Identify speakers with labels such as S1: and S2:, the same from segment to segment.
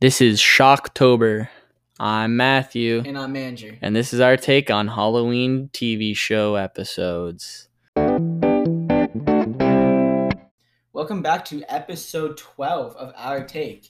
S1: This is Shocktober. I'm Matthew,
S2: And I'm Andrew.
S1: and this is our take on Halloween TV show episodes.
S2: Welcome back to episode 12 of Our Take.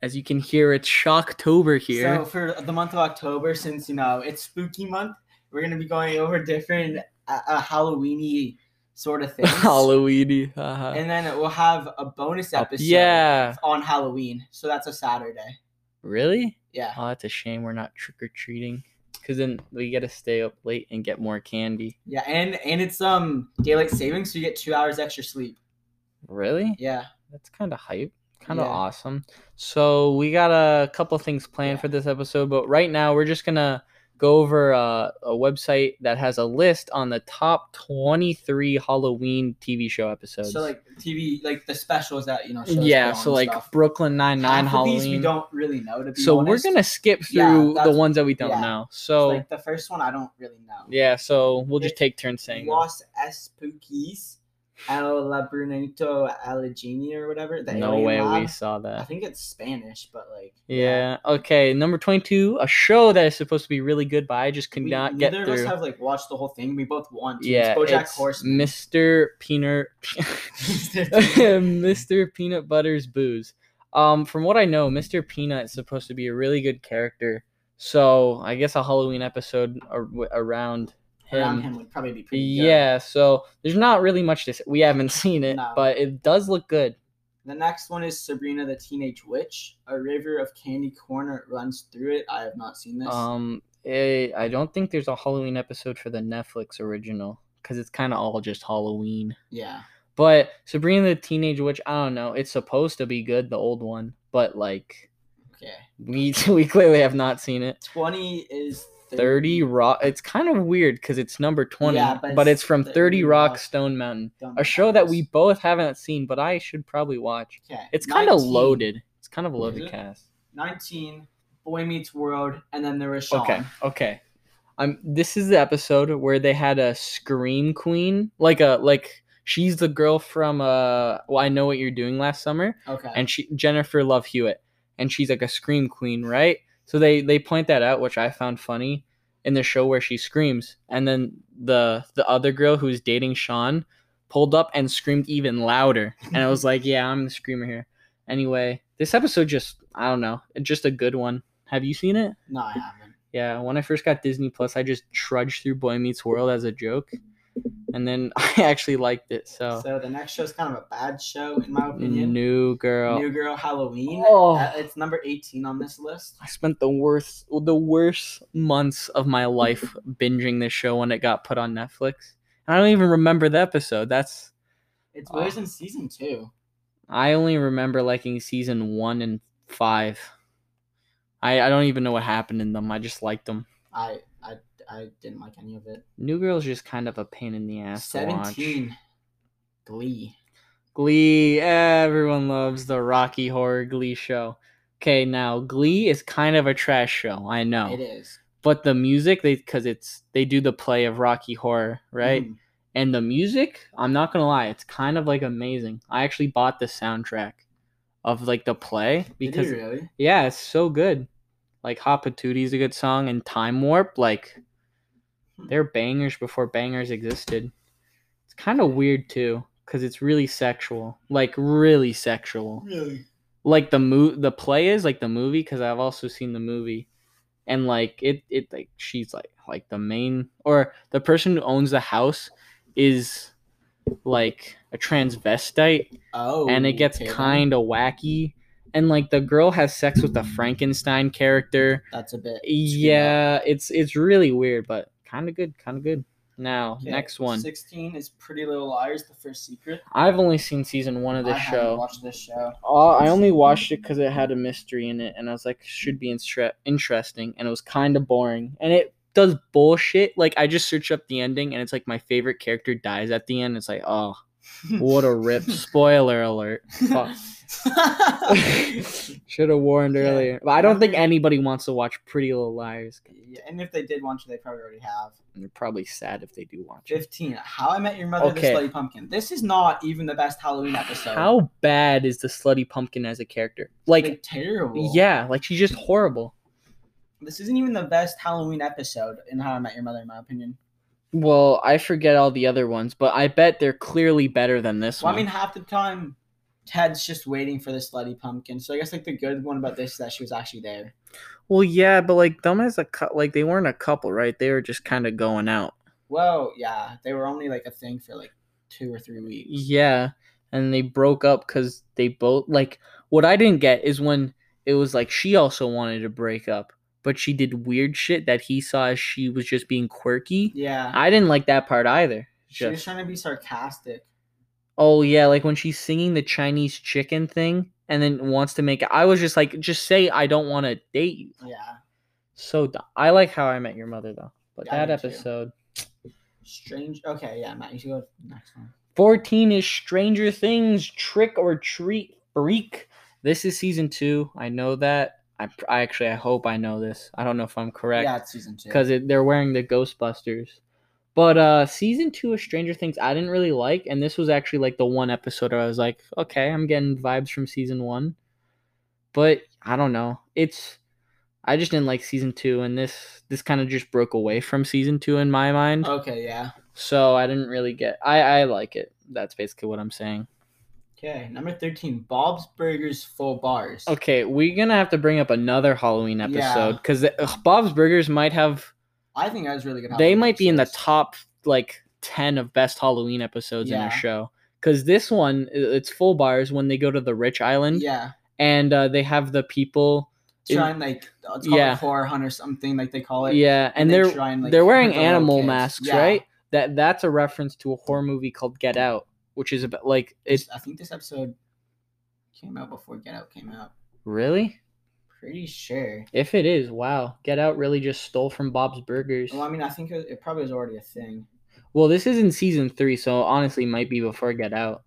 S1: As you can hear, it's Shocktober here.
S2: So, for the month of October, since you know it's spooky month, we're going to be going over different uh, uh, Halloweeny sort of things.
S1: Halloweeny. haha. Uh,
S2: And then we'll have a bonus episode
S1: Oh, yeah.
S2: on Halloween. So, that's a Saturday.
S1: Really?
S2: Yeah.
S1: Oh, that's a shame we're not trick or treating. Because then we got to stay up late and get more candy.
S2: Yeah. And and it's um daylight savings, so you get two hours extra sleep.
S1: Really?
S2: Yeah.
S1: That's kind of hype. Kind of
S2: Yeah.
S1: awesome. So we got a couple things planned
S2: Yeah.
S1: for this episode, but right now we're just gonna go over uh, a website that has a list on the top 23 Halloween TV show episodes.
S2: So, like TV, like the specials that, you know, shows
S1: yeah,
S2: go on
S1: so
S2: and
S1: like
S2: stuff.
S1: Brooklyn Nine Nine
S2: Half of these we
S1: Halloween.
S2: don't really know to be
S1: So
S2: honest.
S1: we're gonna skip
S2: Yeah,
S1: through the
S2: that's-
S1: ones that we don't
S2: yeah.
S1: know.
S2: So,
S1: So
S2: like the first one, I don't really know.
S1: yeah, so we'll just
S2: It's
S1: take turns saying. them.
S2: Los Espookies, El Laberinto Aligini or whatever. The
S1: No
S2: alien
S1: way
S2: lab.
S1: we saw that.
S2: I think it's Spanish, but like.
S1: Yeah. Okay. Number twenty-two, a show that is supposed to be really good, but I just could
S2: We-
S1: not get
S2: neither
S1: through.
S2: of us have like watched the whole thing. We both want to.
S1: yeah,
S2: It's BoJack
S1: it's
S2: Horseman.
S1: Mr. Peanut, Mr. Peanut Butter's booze. Um, from what I know, Mr. Peanut is supposed to be a really good character. So I guess a Halloween episode ar- w- around him.
S2: Around him would probably be pretty.
S1: Yeah. So there's not really much to say. We haven't seen it,
S2: No.
S1: but it does look good.
S2: Good. The next one is Sabrina the Teenage Witch. A river of candy corn runs through it. I have not seen this.
S1: Um, eh, I don't think there's a Halloween episode for the Netflix original because it's kind of all just Halloween.
S2: yeah.
S1: But Sabrina the Teenage Witch, I don't know. It's supposed to be good, the old one, but like
S2: Okay.
S1: we we clearly have not seen it.
S2: Twenty is
S1: Thirty Rock. It's kind of weird because it's number twenty,
S2: Yeah,
S1: but,
S2: but
S1: it's
S2: it's
S1: from
S2: 30
S1: Thirty Rock,
S2: Rock.
S1: Stone Mountain,
S2: Don't know
S1: a show
S2: about
S1: that
S2: this.
S1: we both haven't seen, but I should probably watch.
S2: Okay.
S1: It's kind of
S2: 19.
S1: loaded. It's kind of a loaded
S2: it?
S1: cast.
S2: 19, Boy Meets World, and then there was Sean.
S1: Okay, okay. I'm. This is the episode where they had a scream queen, like a like. She's the girl from uh. Well, I know what you're doing last summer.
S2: Okay.
S1: and she Jennifer Love Hewitt, and she's like a scream queen, right? So they they point that out, which I found funny in the show where she screams, and then the the other girl who's dating Sean pulled up and screamed even louder, and I was like, yeah, I'm the screamer here. Anyway, this episode just I don't know, it's just a good one. Have you seen it?
S2: no, I haven't.
S1: Yeah, when I first got Disney Plus, I just trudged through Boy Meets World as a joke, and then I actually liked it. So,
S2: So the next show is kind of a bad show, in my opinion.
S1: Oh. new girl.
S2: New Girl Halloween.
S1: Oh.
S2: Uh, it's number 18 on this list.
S1: I spent the worst the worst months of my life binging this show when it got put on Netflix. And I don't even remember the episode. That's
S2: It's
S1: Oh.
S2: where's in season two.
S1: I only remember liking season 1 and 5. I I don't even know what happened in them. I just liked them.
S2: I I, I didn't like any of it.
S1: New Girl's just kind of a pain in the ass to watch.
S2: 17. Glee.
S1: Glee, everyone loves the Rocky Horror Glee show. Okay, now Glee is kind of a trash show. I know.
S2: It is.
S1: But the music they cuz it's they do the play of Rocky Horror, right?
S2: Mm.
S1: And the music, I'm not gonna lie, it's kind of like amazing. I actually bought the soundtrack of like the play
S2: Did
S1: because
S2: you really?
S1: yeah, it's so good. Like Hot Patooties a good song and Time Warp, like
S2: Hmm.
S1: they're bangers before bangers existed. It's kind of weird too, because it's really sexual, like really sexual,
S2: Really?
S1: like the mo- the play is like the movie, because I've also seen the movie, and like it it like she's like like the main or the person who owns the house is like a transvestite
S2: Oh.
S1: and it gets
S2: okay then.
S1: kind of wacky and like the girl has sex with the frankenstein character
S2: That's a bit.
S1: yeah it's it's really weird but kind of good kind of good now
S2: Okay,
S1: next one
S2: 16 is Pretty Little Liars, The First Secret.
S1: i've only seen season one of
S2: I
S1: this
S2: haven't
S1: show
S2: watched this show.
S1: Uh, I only watched it because it had a mystery in it, and I was like, should be instre- interesting, and it was kind of boring. And it does bullshit. Like, I just search up the ending, and it's like my favorite character dies at the end. It's like, oh, What a rip. Spoiler alert. Fuck. Should have warned
S2: Yeah.
S1: earlier. But I don't think anybody wants to watch Pretty Little Liars.
S2: Yeah, and if they did want you, they probably already have.
S1: And they're probably sad if they do watch it.
S2: 15. How I Met Your Mother,
S1: Okay.
S2: The Slutty Pumpkin. This is not even the best Halloween episode.
S1: How bad is the slutty pumpkin as a character? Like,
S2: Like, terrible.
S1: yeah, like she's just horrible.
S2: This isn't even the best Halloween episode in How I Met Your Mother, in my opinion.
S1: Well, I forget all the other ones, but I bet they're clearly better than this
S2: Well, I
S1: one.
S2: mean, half the time, Ted's just waiting for the slutty pumpkin. So I guess like the good one about this is that she was actually there.
S1: well, yeah, but like them as a cou- like they weren't a couple, right? They were just kind of going out.
S2: Well, yeah, they were only like a thing for like two or three weeks.
S1: Yeah, and they broke up because they both like what I didn't get is when it was like she also wanted to break up, but she did weird shit that he saw as she was just being quirky.
S2: Yeah,
S1: I didn't like that part either.
S2: she was
S1: Just
S2: trying to be sarcastic.
S1: oh yeah, like when she's singing the Chinese chicken thing and then wants to make I was just like just say I don't want to date you.
S2: Yeah,
S1: So dumb. I like How I Met Your Mother though, but
S2: Yeah, I
S1: that
S2: do too.
S1: episode
S2: strange. Okay, yeah, Matt, you should go to the next one.
S1: fourteen is Stranger Things Trick or Treat Freak. This is season two. I know that. I, pr- I actually I hope I know this. I don't know if I'm
S2: Yeah,
S1: correct
S2: it's season two.
S1: because they're wearing the Ghostbusters. But uh season two of Stranger Things I didn't really like, and this was actually like the one episode where I was like, okay, I'm getting vibes from season one. But I don't know. It's I just didn't like season two, and this this kind of just broke away from season two in my mind.
S2: Okay, yeah.
S1: So I didn't really get. I I like it. That's basically what I'm saying.
S2: Okay, number thirteen, Bob's Burgers full bars.
S1: Okay, we're gonna have to bring up another Halloween episode
S2: Yeah.
S1: because Bob's Burgers might have.
S2: I think that was really good.
S1: they
S2: Halloween
S1: might be in the
S2: episodes.
S1: top like ten of best Halloween episodes in
S2: Yeah.
S1: a show. Because this one, i- it's full bars when they go to the rich island
S2: Yeah,
S1: and uh, they have the people. in-
S2: trying like uh, it's called
S1: Yeah.
S2: a horror hunt or something Oh, like they call it.
S1: yeah, and,
S2: they
S1: they're
S2: try and, like,
S1: they're wearing
S2: hit the little
S1: animal
S2: kids.
S1: masks,
S2: Yeah.
S1: right? That that's a reference to a horror movie called Get Out, which is about like it's
S2: I think this episode came out before Get Out came out.
S1: really
S2: Pretty sure.
S1: If it is, wow. Get Out really just stole from Bob's Burgers.
S2: Well, I mean, I think it, it probably was already a thing.
S1: Well, this is in season three, so honestly, might be before Get Out.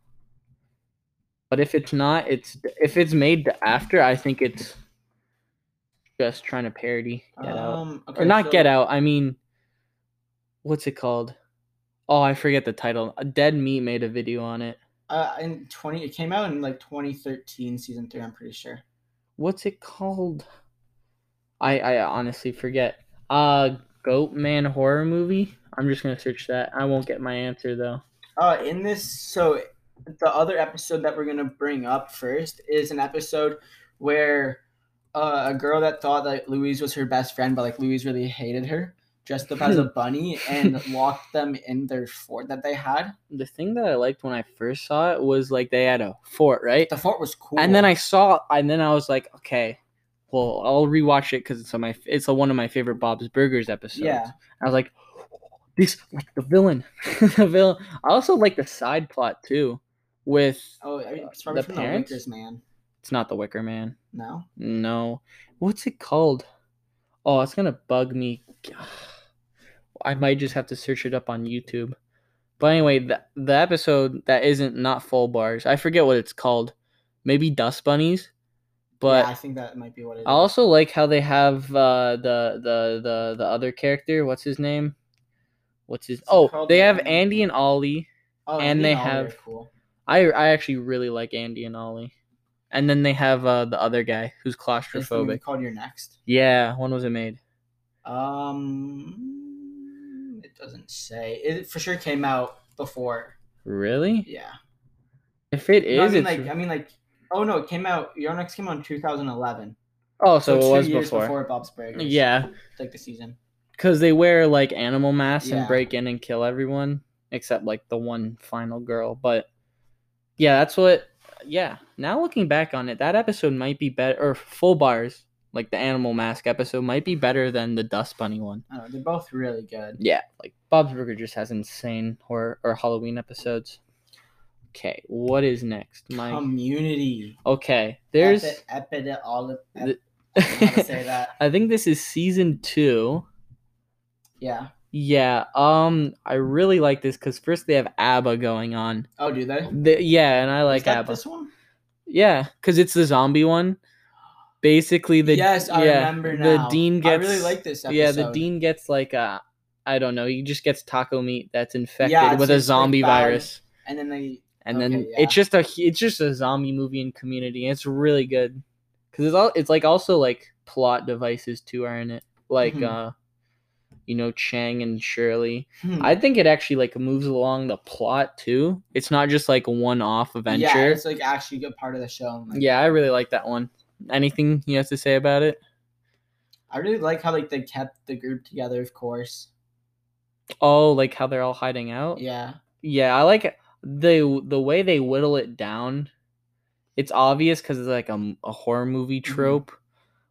S1: But if it's not, it's if it's made after, I think it's just trying to parody Get Out
S2: um,
S1: or not Get Out. I mean, what's it called? Oh, I forget the title. Dead Meat made a video on it.
S2: Uh, in twenty, it came out in like 2013, season three. I'm pretty sure.
S1: What's it called? I I honestly forget. Uh, Goat Man horror movie. I'm just gonna search that. I won't get my answer though.
S2: Uh, in this, so the other episode that we're gonna bring up first is an episode where uh, a girl that thought that Louise was her best friend, but like Louise really hated her, dressed up as a bunny and locked them in their fort that they had.
S1: the thing that I liked when I first saw it was like they had a fort, right?
S2: The fort was cool.
S1: And then I saw, and then I was like, okay, well, I'll rewatch it because it's on my, it's a, one of my favorite Bob's Burgers episodes.
S2: Yeah.
S1: I was like, this like the villain, the villain. I also like the side plot too, with
S2: Oh, I mean, it's probably
S1: The
S2: from
S1: parents?
S2: the Wickers, man.
S1: it's not the Wicker Man.
S2: No,
S1: No, what's it called? Oh, it's gonna bug me. I might just have to search it up on YouTube. But anyway, the, the episode that isn't not full bars, I forget what it's called. Maybe Dust Bunnies. But
S2: yeah, I think that might be what it is.
S1: I also like how they have uh, the, the the the other character. What's his name? What's his?
S2: Is it
S1: Oh,
S2: called Um,
S1: they
S2: the
S1: have
S2: Andy?
S1: Andy and Ollie.
S2: Oh,
S1: and
S2: Andy
S1: they
S2: Ollie are
S1: have-
S2: cool.
S1: I I actually really like Andy and Ollie. And then they have uh, the other guy who's
S2: Is the movie
S1: claustrophobic.
S2: called Your Next.
S1: Yeah, when was it made?
S2: Um, it doesn't say. It for sure came out before.
S1: Really?
S2: Yeah.
S1: If it is,
S2: No, I mean,
S1: it's
S2: like I mean, like oh no, it came out. Your Next came out in 2011.
S1: oh, so,
S2: two
S1: it was
S2: years
S1: before.
S2: Bob's Burgers.
S1: Yeah,
S2: like the season.
S1: because they wear like animal masks
S2: Yeah.
S1: and break in and kill everyone except like the one final girl. But yeah, that's what. Yeah, now looking back on it, that episode might be better, or full bars like the animal mask episode might be better than the dust bunny one.
S2: I don't know. They're both really good.
S1: Yeah, like Bob's Burger just has insane horror or Halloween episodes. Okay, what is next, Mike?
S2: Um, Community.
S1: okay, there's.
S2: Epi- epi- all of,
S1: The-
S2: I don't know how to say that.
S1: I think this is season two.
S2: Yeah.
S1: Yeah, um, I really like this because first they have ABBA going on.
S2: Oh, do they?
S1: The, yeah, and I like
S2: Is that
S1: ABBA.
S2: this one?
S1: Yeah, because it's the zombie one. Basically, the
S2: yes, I
S1: yeah,
S2: remember
S1: the
S2: now.
S1: dean gets
S2: I really like this episode.
S1: yeah, the dean gets like uh, I don't know, he just gets taco meat that's infected
S2: it's
S1: with a
S2: just, like,
S1: zombie
S2: bad.
S1: virus,
S2: And then they
S1: and
S2: Okay,
S1: then
S2: yeah.
S1: it's just a it's just a zombie movie in Community, and it's really good because it's all it's like also like plot devices too are in it, like
S2: Mhm.
S1: uh, you know, Chang and Shirley.
S2: hmm.
S1: I think it actually like moves along the plot too. It's not just like a one-off adventure.
S2: Yeah, it's like actually a good part of the show. and, like,
S1: Yeah, I really like that one. Anything you have to say about it?
S2: I really like how like they kept the group together, of course.
S1: Oh, like how they're all hiding out?
S2: Yeah.
S1: Yeah, I like the the way they whittle it down. It's obvious because it's like a, m- a horror movie
S2: Mm-hmm.
S1: trope,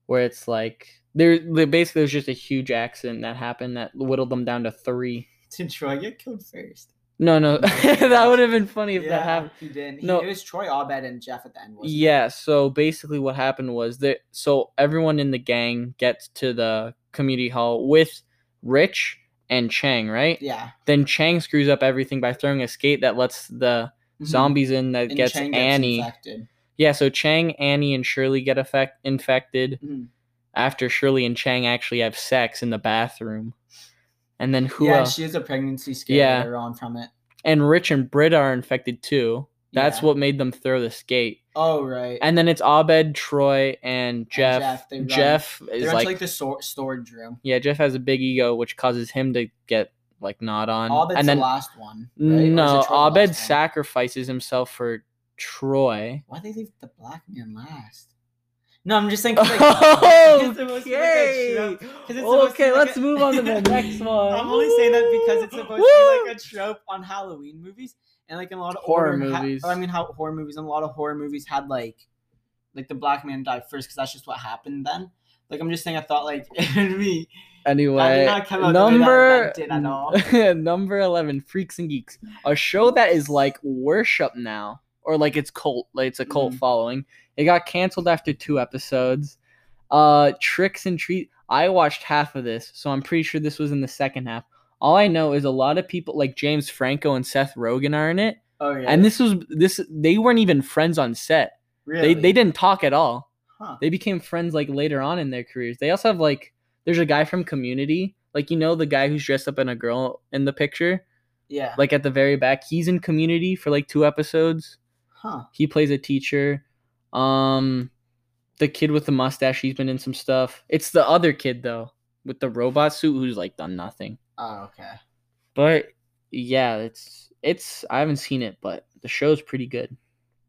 S1: where it's like there there- basically there's just a huge accident that happened that whittled them down to three.
S2: Did Troy get killed first?
S1: No, no,
S2: No.
S1: that would have been funny if that happened.
S2: he did.
S1: No.
S2: No, it was Troy, Abed, and Jeff at the end. Wasn't it?
S1: Yeah, so basically what happened was that so everyone in the gang gets to the community hall with Rich and Chang, right?
S2: Yeah. Mm-hmm.
S1: Then Chang screws up everything by throwing a skate that lets the
S2: Mhm.
S1: zombies in that
S2: And
S1: gets
S2: Chang
S1: Annie.
S2: infected.
S1: yeah, so Chang, Annie, and Shirley get affect- infected
S2: Mhm.
S1: after Shirley and Chang actually have sex in the bathroom. And then who
S2: yeah,
S1: else?
S2: she has a pregnancy scare
S1: Yeah.
S2: later on from it.
S1: and Rich and Britta are infected too. That's
S2: Yeah.
S1: what made them throw the skate.
S2: Oh right.
S1: And then it's Abed, Troy, and Jeff.
S2: Jeff, they run-
S1: Jeff
S2: They're
S1: is
S2: into,
S1: like,
S2: like, the sor- storage room.
S1: yeah, Jeff has a big ego, which causes him to get like gnawed on.
S2: Abed's
S1: and then
S2: the last one. right? Or is it
S1: no,
S2: Troy the last
S1: Abed
S2: one?
S1: sacrifices himself for Troy.
S2: Why they leave the black man last? No, I'm just saying. 'cause, like, it's supposed to be, like, a
S1: okay,
S2: trope- 'cause it's supposed to be,
S1: okay,
S2: like,
S1: let's
S2: a-
S1: move on to the next one.
S2: I'm only saying that because it's supposed to be like a trope on Halloween movies and like in a lot of
S1: Horror
S2: older ha-
S1: movies.
S2: I mean, how horror movies and a lot of horror movies had like, like the black man died first because that's just what happened then. Like I'm just saying, I thought like it would be. That did
S1: Anyway,
S2: not come out the way that
S1: number
S2: that did at all.
S1: number eleven, Freaks and Geeks, a show that is like worship now, or like it's cult, like it's a cult
S2: Mhm.
S1: following. It got canceled after two episodes. Uh, tricks and treat. I watched half of this, so I'm pretty sure this was in the second half. All I know is a lot of people like James Franco and Seth Rogen are in it,
S2: Oh yeah.
S1: and this was this. They weren't even friends on set.
S2: really?
S1: They they didn't talk at all
S2: Huh.
S1: they became friends like later on in their careers. They also have like there's a guy from Community, like you know the guy who's dressed up in a girl in the picture,
S2: Yeah.
S1: like at the very back. He's in Community for like two episodes.
S2: Huh.
S1: He plays a teacher. Um the kid with the mustache, he's been in some stuff. It's the other kid though with the robot suit who's like done nothing.
S2: Oh okay.
S1: But yeah, it's it's I haven't seen it, but the show's pretty good.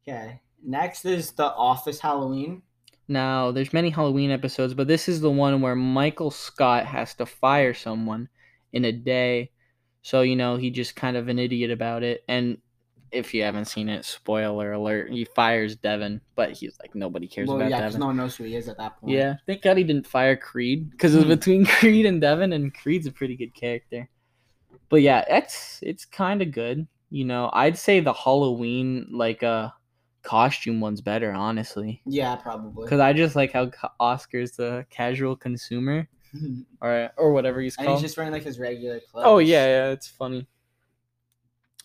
S2: Okay. Next is the Office Halloween.
S1: Now, there's many Halloween episodes, but this is the one where Michael Scott has to fire someone in a day. So, you know, he just kind of an idiot about it. And if you haven't seen it, spoiler alert, he fires Devin, but he's like, nobody cares
S2: well,
S1: about
S2: yeah, because
S1: Devin.
S2: no one knows who he is at that point.
S1: yeah, thank God he didn't fire Creed because it was
S2: Hmm.
S1: between Creed and Devin, and Creed's a pretty good character. But yeah, it's it's kind of good. You know, I'd say the Halloween like uh costume one's better, honestly.
S2: Yeah, probably.
S1: Because I just like how Ca- Oscar's the casual consumer
S2: and
S1: or or whatever he's
S2: he's
S1: called.
S2: just wearing like his regular clothes.
S1: Oh yeah, yeah, it's funny.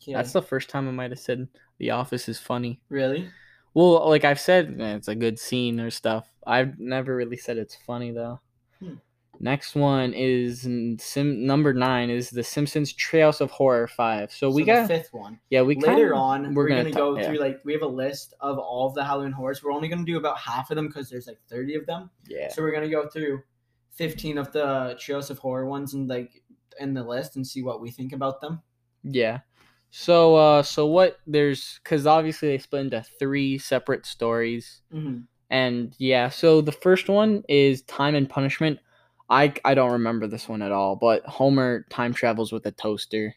S2: Okay.
S1: That's the first time I might have said The Office is funny.
S2: really.
S1: Well, like I've said, eh, it's a good scene or stuff. I've never really said it's funny though.
S2: Hmm.
S1: Next one is n- sim- number nine is The Simpsons Treehouse of Horror five. So we
S2: the
S1: got
S2: fifth one.
S1: yeah we
S2: Later
S1: kinda-
S2: on,
S1: we're
S2: we're,
S1: gonna
S2: gonna,
S1: ta-
S2: go
S1: yeah.
S2: through like we have a list of all of the Halloween horrors. We're only gonna do about half of them because there's like thirty of them.
S1: yeah
S2: So we're gonna go through fifteen of the trios of horror ones and like in the list and see what we think about them.
S1: Yeah. So uh so what there's cuz obviously they split into three separate stories
S2: Mm-hmm.
S1: and yeah, so the first one is Time and Punishment. I I don't remember this one at all, but Homer time travels with a toaster.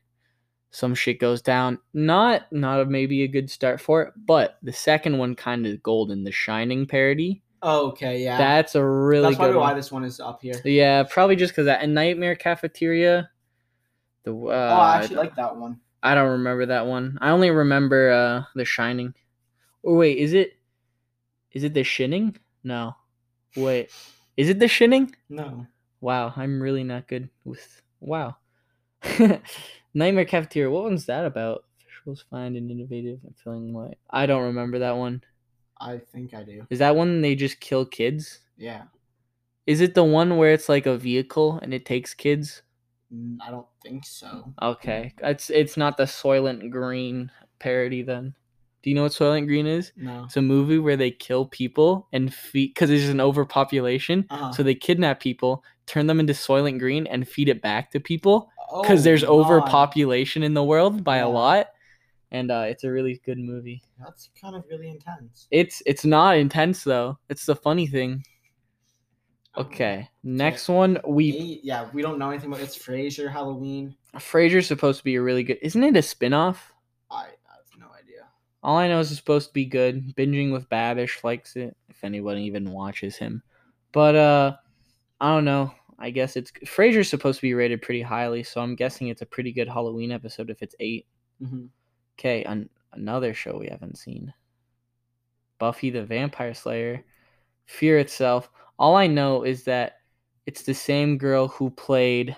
S1: Some shit goes down. Not not a, maybe a good start for it, but the second one kind of golden, the Shining parody.
S2: Okay, yeah.
S1: That's a really
S2: That's
S1: good
S2: probably why
S1: one.
S2: this one is up here.
S1: Yeah, probably just cuz that and Nightmare Cafeteria. The uh,
S2: oh, I actually like that one.
S1: I don't remember that one. I only remember uh The Shining. Or wait, is it is it The Shining? No. Wait. Is it The Shining?
S2: No.
S1: Wow, I'm really not good with Wow. Nightmare Cafeteria. What one's that about? Visuals find and innovative and filling light. I don't remember that one.
S2: I think I do.
S1: Is that one they just kill kids?
S2: Yeah.
S1: Is it the one where it's like a vehicle and it takes kids?
S2: Mm, I don't think so.
S1: Okay, it's it's not the Soylent Green parody then. Do you know what Soylent Green is?
S2: No.
S1: It's a movie where they kill people and feed because there's an overpopulation,
S2: Uh-huh.
S1: so they kidnap people, turn them into Soylent Green, and feed it back to people because
S2: Oh,
S1: there's
S2: God.
S1: overpopulation in the world by
S2: Yeah.
S1: a lot, and uh, it's a really good movie.
S2: That's kind of really intense.
S1: It's it's not intense though. It's the funny thing. Okay, next one we
S2: Eight- yeah, we don't know anything about it's Frasier Halloween.
S1: Frasier's supposed to be a really good. Isn't it a spin-off?
S2: I have no idea.
S1: All I know is it's supposed to be good. Binging with Babish likes it, if anyone even watches him. But uh I don't know. I guess it's Frasier's supposed to be rated pretty highly, so I'm guessing it's a pretty good Halloween episode if it's eight. Mm-hmm.
S2: hmm
S1: Okay, an- another show we haven't seen. Buffy the Vampire Slayer, Fear itself. All I know is that it's the same girl who played.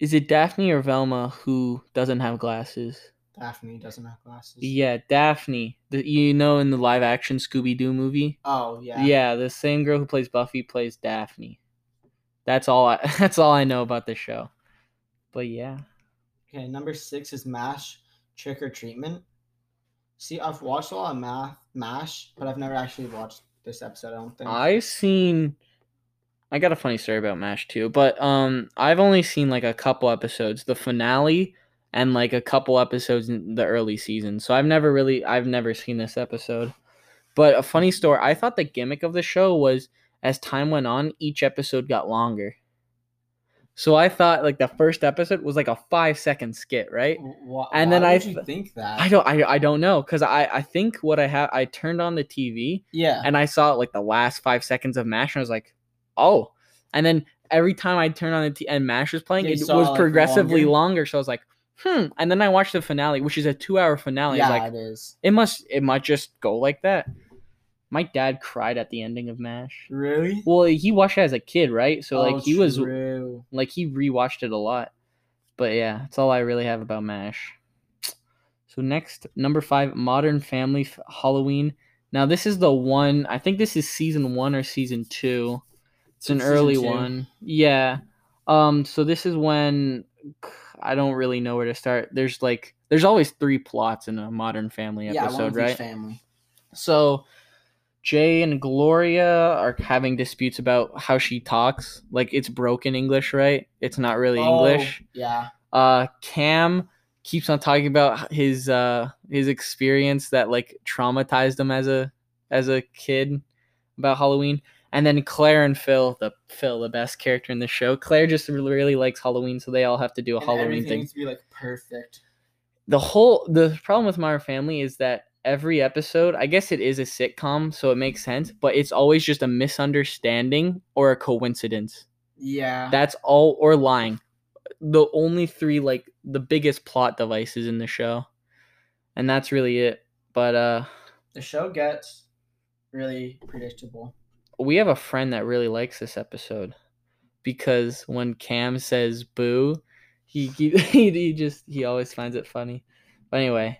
S1: Is it Daphne or Velma who doesn't have glasses?
S2: Daphne doesn't have glasses.
S1: Yeah, Daphne. The, you know, in the live action Scooby Doo movie.
S2: Oh
S1: Yeah.
S2: yeah.
S1: the same girl who plays Buffy plays Daphne. That's all. I, that's all I know about the show. But yeah,
S2: Okay, number six is Mash Trick or Treatment. See, I've watched a lot of math Mash, but I've never actually watched this episode. I don't think.
S1: I've seen. I got a funny story about Mash too, but um, I've only seen like a couple episodes, the finale, and like a couple episodes in the early season. So I've never really, I've never seen this episode. But a funny story. I thought the gimmick of the show was as time went on, each episode got longer. So I thought like the first episode was like a five second skit,
S2: Oh,
S1: right?
S2: Wh-
S1: And
S2: why
S1: then I
S2: would you
S1: th-
S2: think that.
S1: I don't, I, I don't know, cause I, I think what I have, I turned on the TV
S2: Yeah.
S1: and I saw like the last five seconds of Mash, and I was like, oh. And then every time I turned on the t- and Mash was playing,
S2: Yeah, you
S1: it
S2: saw,
S1: was
S2: like,
S1: progressively
S2: longer.
S1: longer. So I was like, hmm. And then I watched the finale, which is a two-hour finale. I
S2: yeah,
S1: was like,
S2: it is.
S1: it must, it might just go like that. My dad cried at the ending of Mash.
S2: Really?
S1: Well, he watched it as a kid, right? So like
S2: Oh,
S1: he was
S2: true.
S1: like he rewatched it a lot. But yeah, that's all I really have about MASH. So next, number five, Modern Family F- Halloween. Now this is the one. I think this is season one or season two. It's an
S2: Season
S1: early
S2: two.
S1: one. Yeah. Um. So this is when I don't really know where to start. There's like there's always three plots in a Modern Family
S2: yeah, one
S1: episode,
S2: with each
S1: right?
S2: family.
S1: So Jay and Gloria are having disputes about how she talks. Like it's broken English, right? It's not really
S2: Oh,
S1: English.
S2: Yeah.
S1: Uh Cam keeps on talking about his uh his experience that like traumatized him as a as a kid about Halloween. And then Claire and Phil, the Phil, the best character in the show. Claire just really likes Halloween, so they all have to do a
S2: And
S1: Halloween
S2: everything
S1: thing
S2: needs to be like perfect.
S1: the whole the problem with Modern Family is that every episode, I guess it is a sitcom, so it makes sense, but it's always just a misunderstanding or a coincidence.
S2: Yeah.
S1: That's all or lying. The only three like the biggest plot devices in the show. And that's really it. But uh
S2: the show gets really predictable.
S1: we have a friend that really likes this episode because when Cam says boo, he he, he, he just he always finds it funny. But anyway,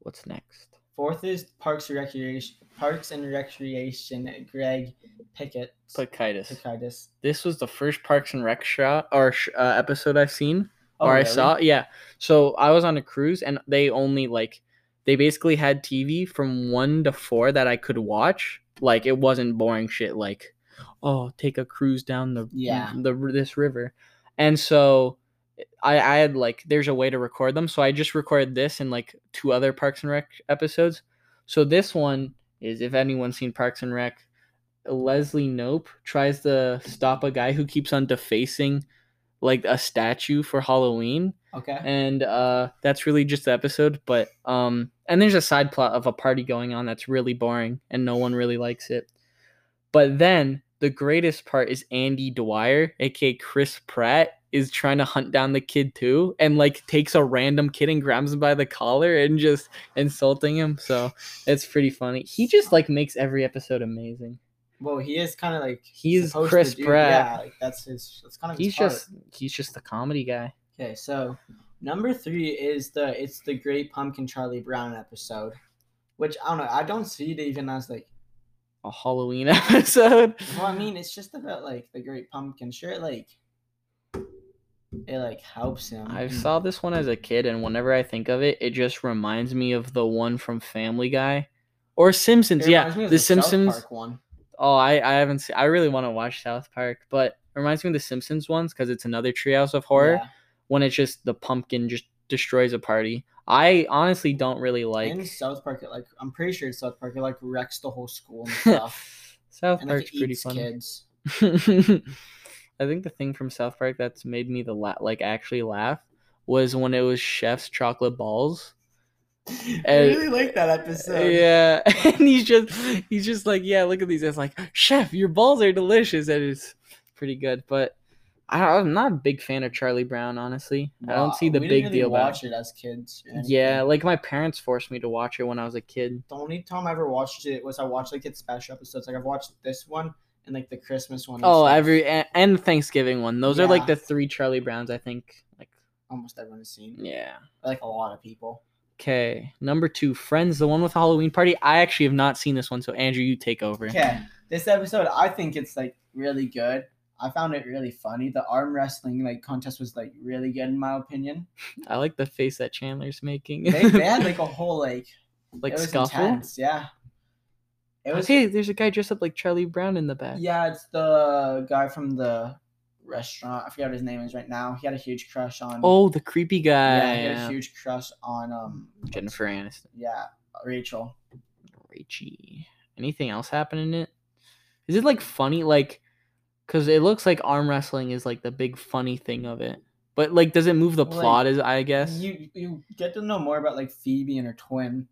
S1: what's next?
S2: Fourth is Parks and Recreation. Parks and Recreation. Greg Pickett.
S1: Placitus.
S2: Pickitis.
S1: this was the first Parks and Rec show or sh- uh, episode I've seen or I
S2: Oh, really?
S1: saw. Yeah, so I was on a cruise and they only like they basically had TV from one to four that I could watch. Like it wasn't boring shit. Like oh, take a cruise down the
S2: Yeah.
S1: the this river, and so. I, I had like there's a way to record them so i just recorded this and like two other parks and rec episodes so this one is if anyone's seen parks and rec Leslie Nope tries to stop a guy who keeps on defacing like a statue for Halloween.
S2: Okay.
S1: And uh that's really just the episode, but um and there's a side plot of a party going on that's really boring and no one really likes it. But then the greatest part is Andy Dwyer, aka Chris Pratt, is trying to hunt down the kid too and like takes a random kid and grabs him by the collar and just insulting him. So it's pretty funny. He just like makes every episode amazing.
S2: Well, he is kind of like
S1: He's
S2: supposed to
S1: Chris
S2: do-
S1: Pratt.
S2: Yeah, like that's his. That's kind of
S1: He's
S2: his part.
S1: just he's just the comedy guy.
S2: Okay, so number three is the it's the Great Pumpkin Charlie Brown episode, which I don't know. I don't see it even as like.
S1: A Halloween episode.
S2: Well, I mean, it's just about like the Great Pumpkin. Sure, it, like it like helps him. Hmm.
S1: I saw this one as a kid, and whenever I think of it, it just reminds me of the one from Family Guy or Simpsons.
S2: It
S1: yeah,
S2: reminds me of
S1: The
S2: South
S1: Simpsons.
S2: Park one.
S1: Oh, I, I haven't seen. I really want to watch South Park, but it reminds me of the Simpsons ones because it's another Treehouse of Horror
S2: Yeah.
S1: when it's just the pumpkin just destroys a party. I honestly don't really
S2: in
S1: like
S2: South Park, it, like I'm pretty sure it's South Park, it like wrecks the whole school and stuff.
S1: South
S2: and like
S1: Park's
S2: it
S1: pretty
S2: eats
S1: fun.
S2: kids.
S1: I think the thing from South Park that's made me the la- like actually laugh was when it was Chef's chocolate balls.
S2: I
S1: And-
S2: really like that episode.
S1: Yeah, and he's just he's just like, yeah, look at these. It's like, chef, your balls are delicious, and it's pretty good. But I, I'm not a big fan of Charlie Brown, honestly. I
S2: Wow,
S1: don't see the
S2: we
S1: big
S2: didn't really
S1: deal about.
S2: watch it as kids. or
S1: it.
S2: anything.
S1: Yeah, like my parents forced me to watch it when I was a kid.
S2: The only time I ever watched it was I watched like its special episodes. Like I've watched this one and like the Christmas one. and
S1: Oh,
S2: stuff.
S1: every and, and Thanksgiving one. Those are
S2: Yeah.
S1: like the three Charlie Browns, I think. Like,
S2: almost everyone has seen.
S1: yeah.
S2: Like a lot of people.
S1: Okay, number two, Friends, the one with the Halloween party. I actually have not seen this one, so Andrew, you take over.
S2: Okay, this episode I think it's like really good. I found it really funny. The arm wrestling like contest was like really good in my opinion.
S1: I like the face that Chandler's making.
S2: They, they had like a whole like
S1: like
S2: it was
S1: scuffle.
S2: intense, yeah. It was
S1: hey, there's a guy dressed up like Charlie Brown in the back.
S2: yeah, it's the guy from the restaurant. I forget what his name is right now. He had a huge crush on
S1: Oh, the creepy guy.
S2: yeah, he had a huge crush on um
S1: Jennifer Aniston.
S2: yeah, Rachel.
S1: Richie. Anything else happen in it? Is it like funny? Like, because it looks like arm wrestling is like the big funny thing of it. But like, does it move the
S2: Like,
S1: plot? Is I guess.
S2: You you get to know more about like Phoebe and her twin.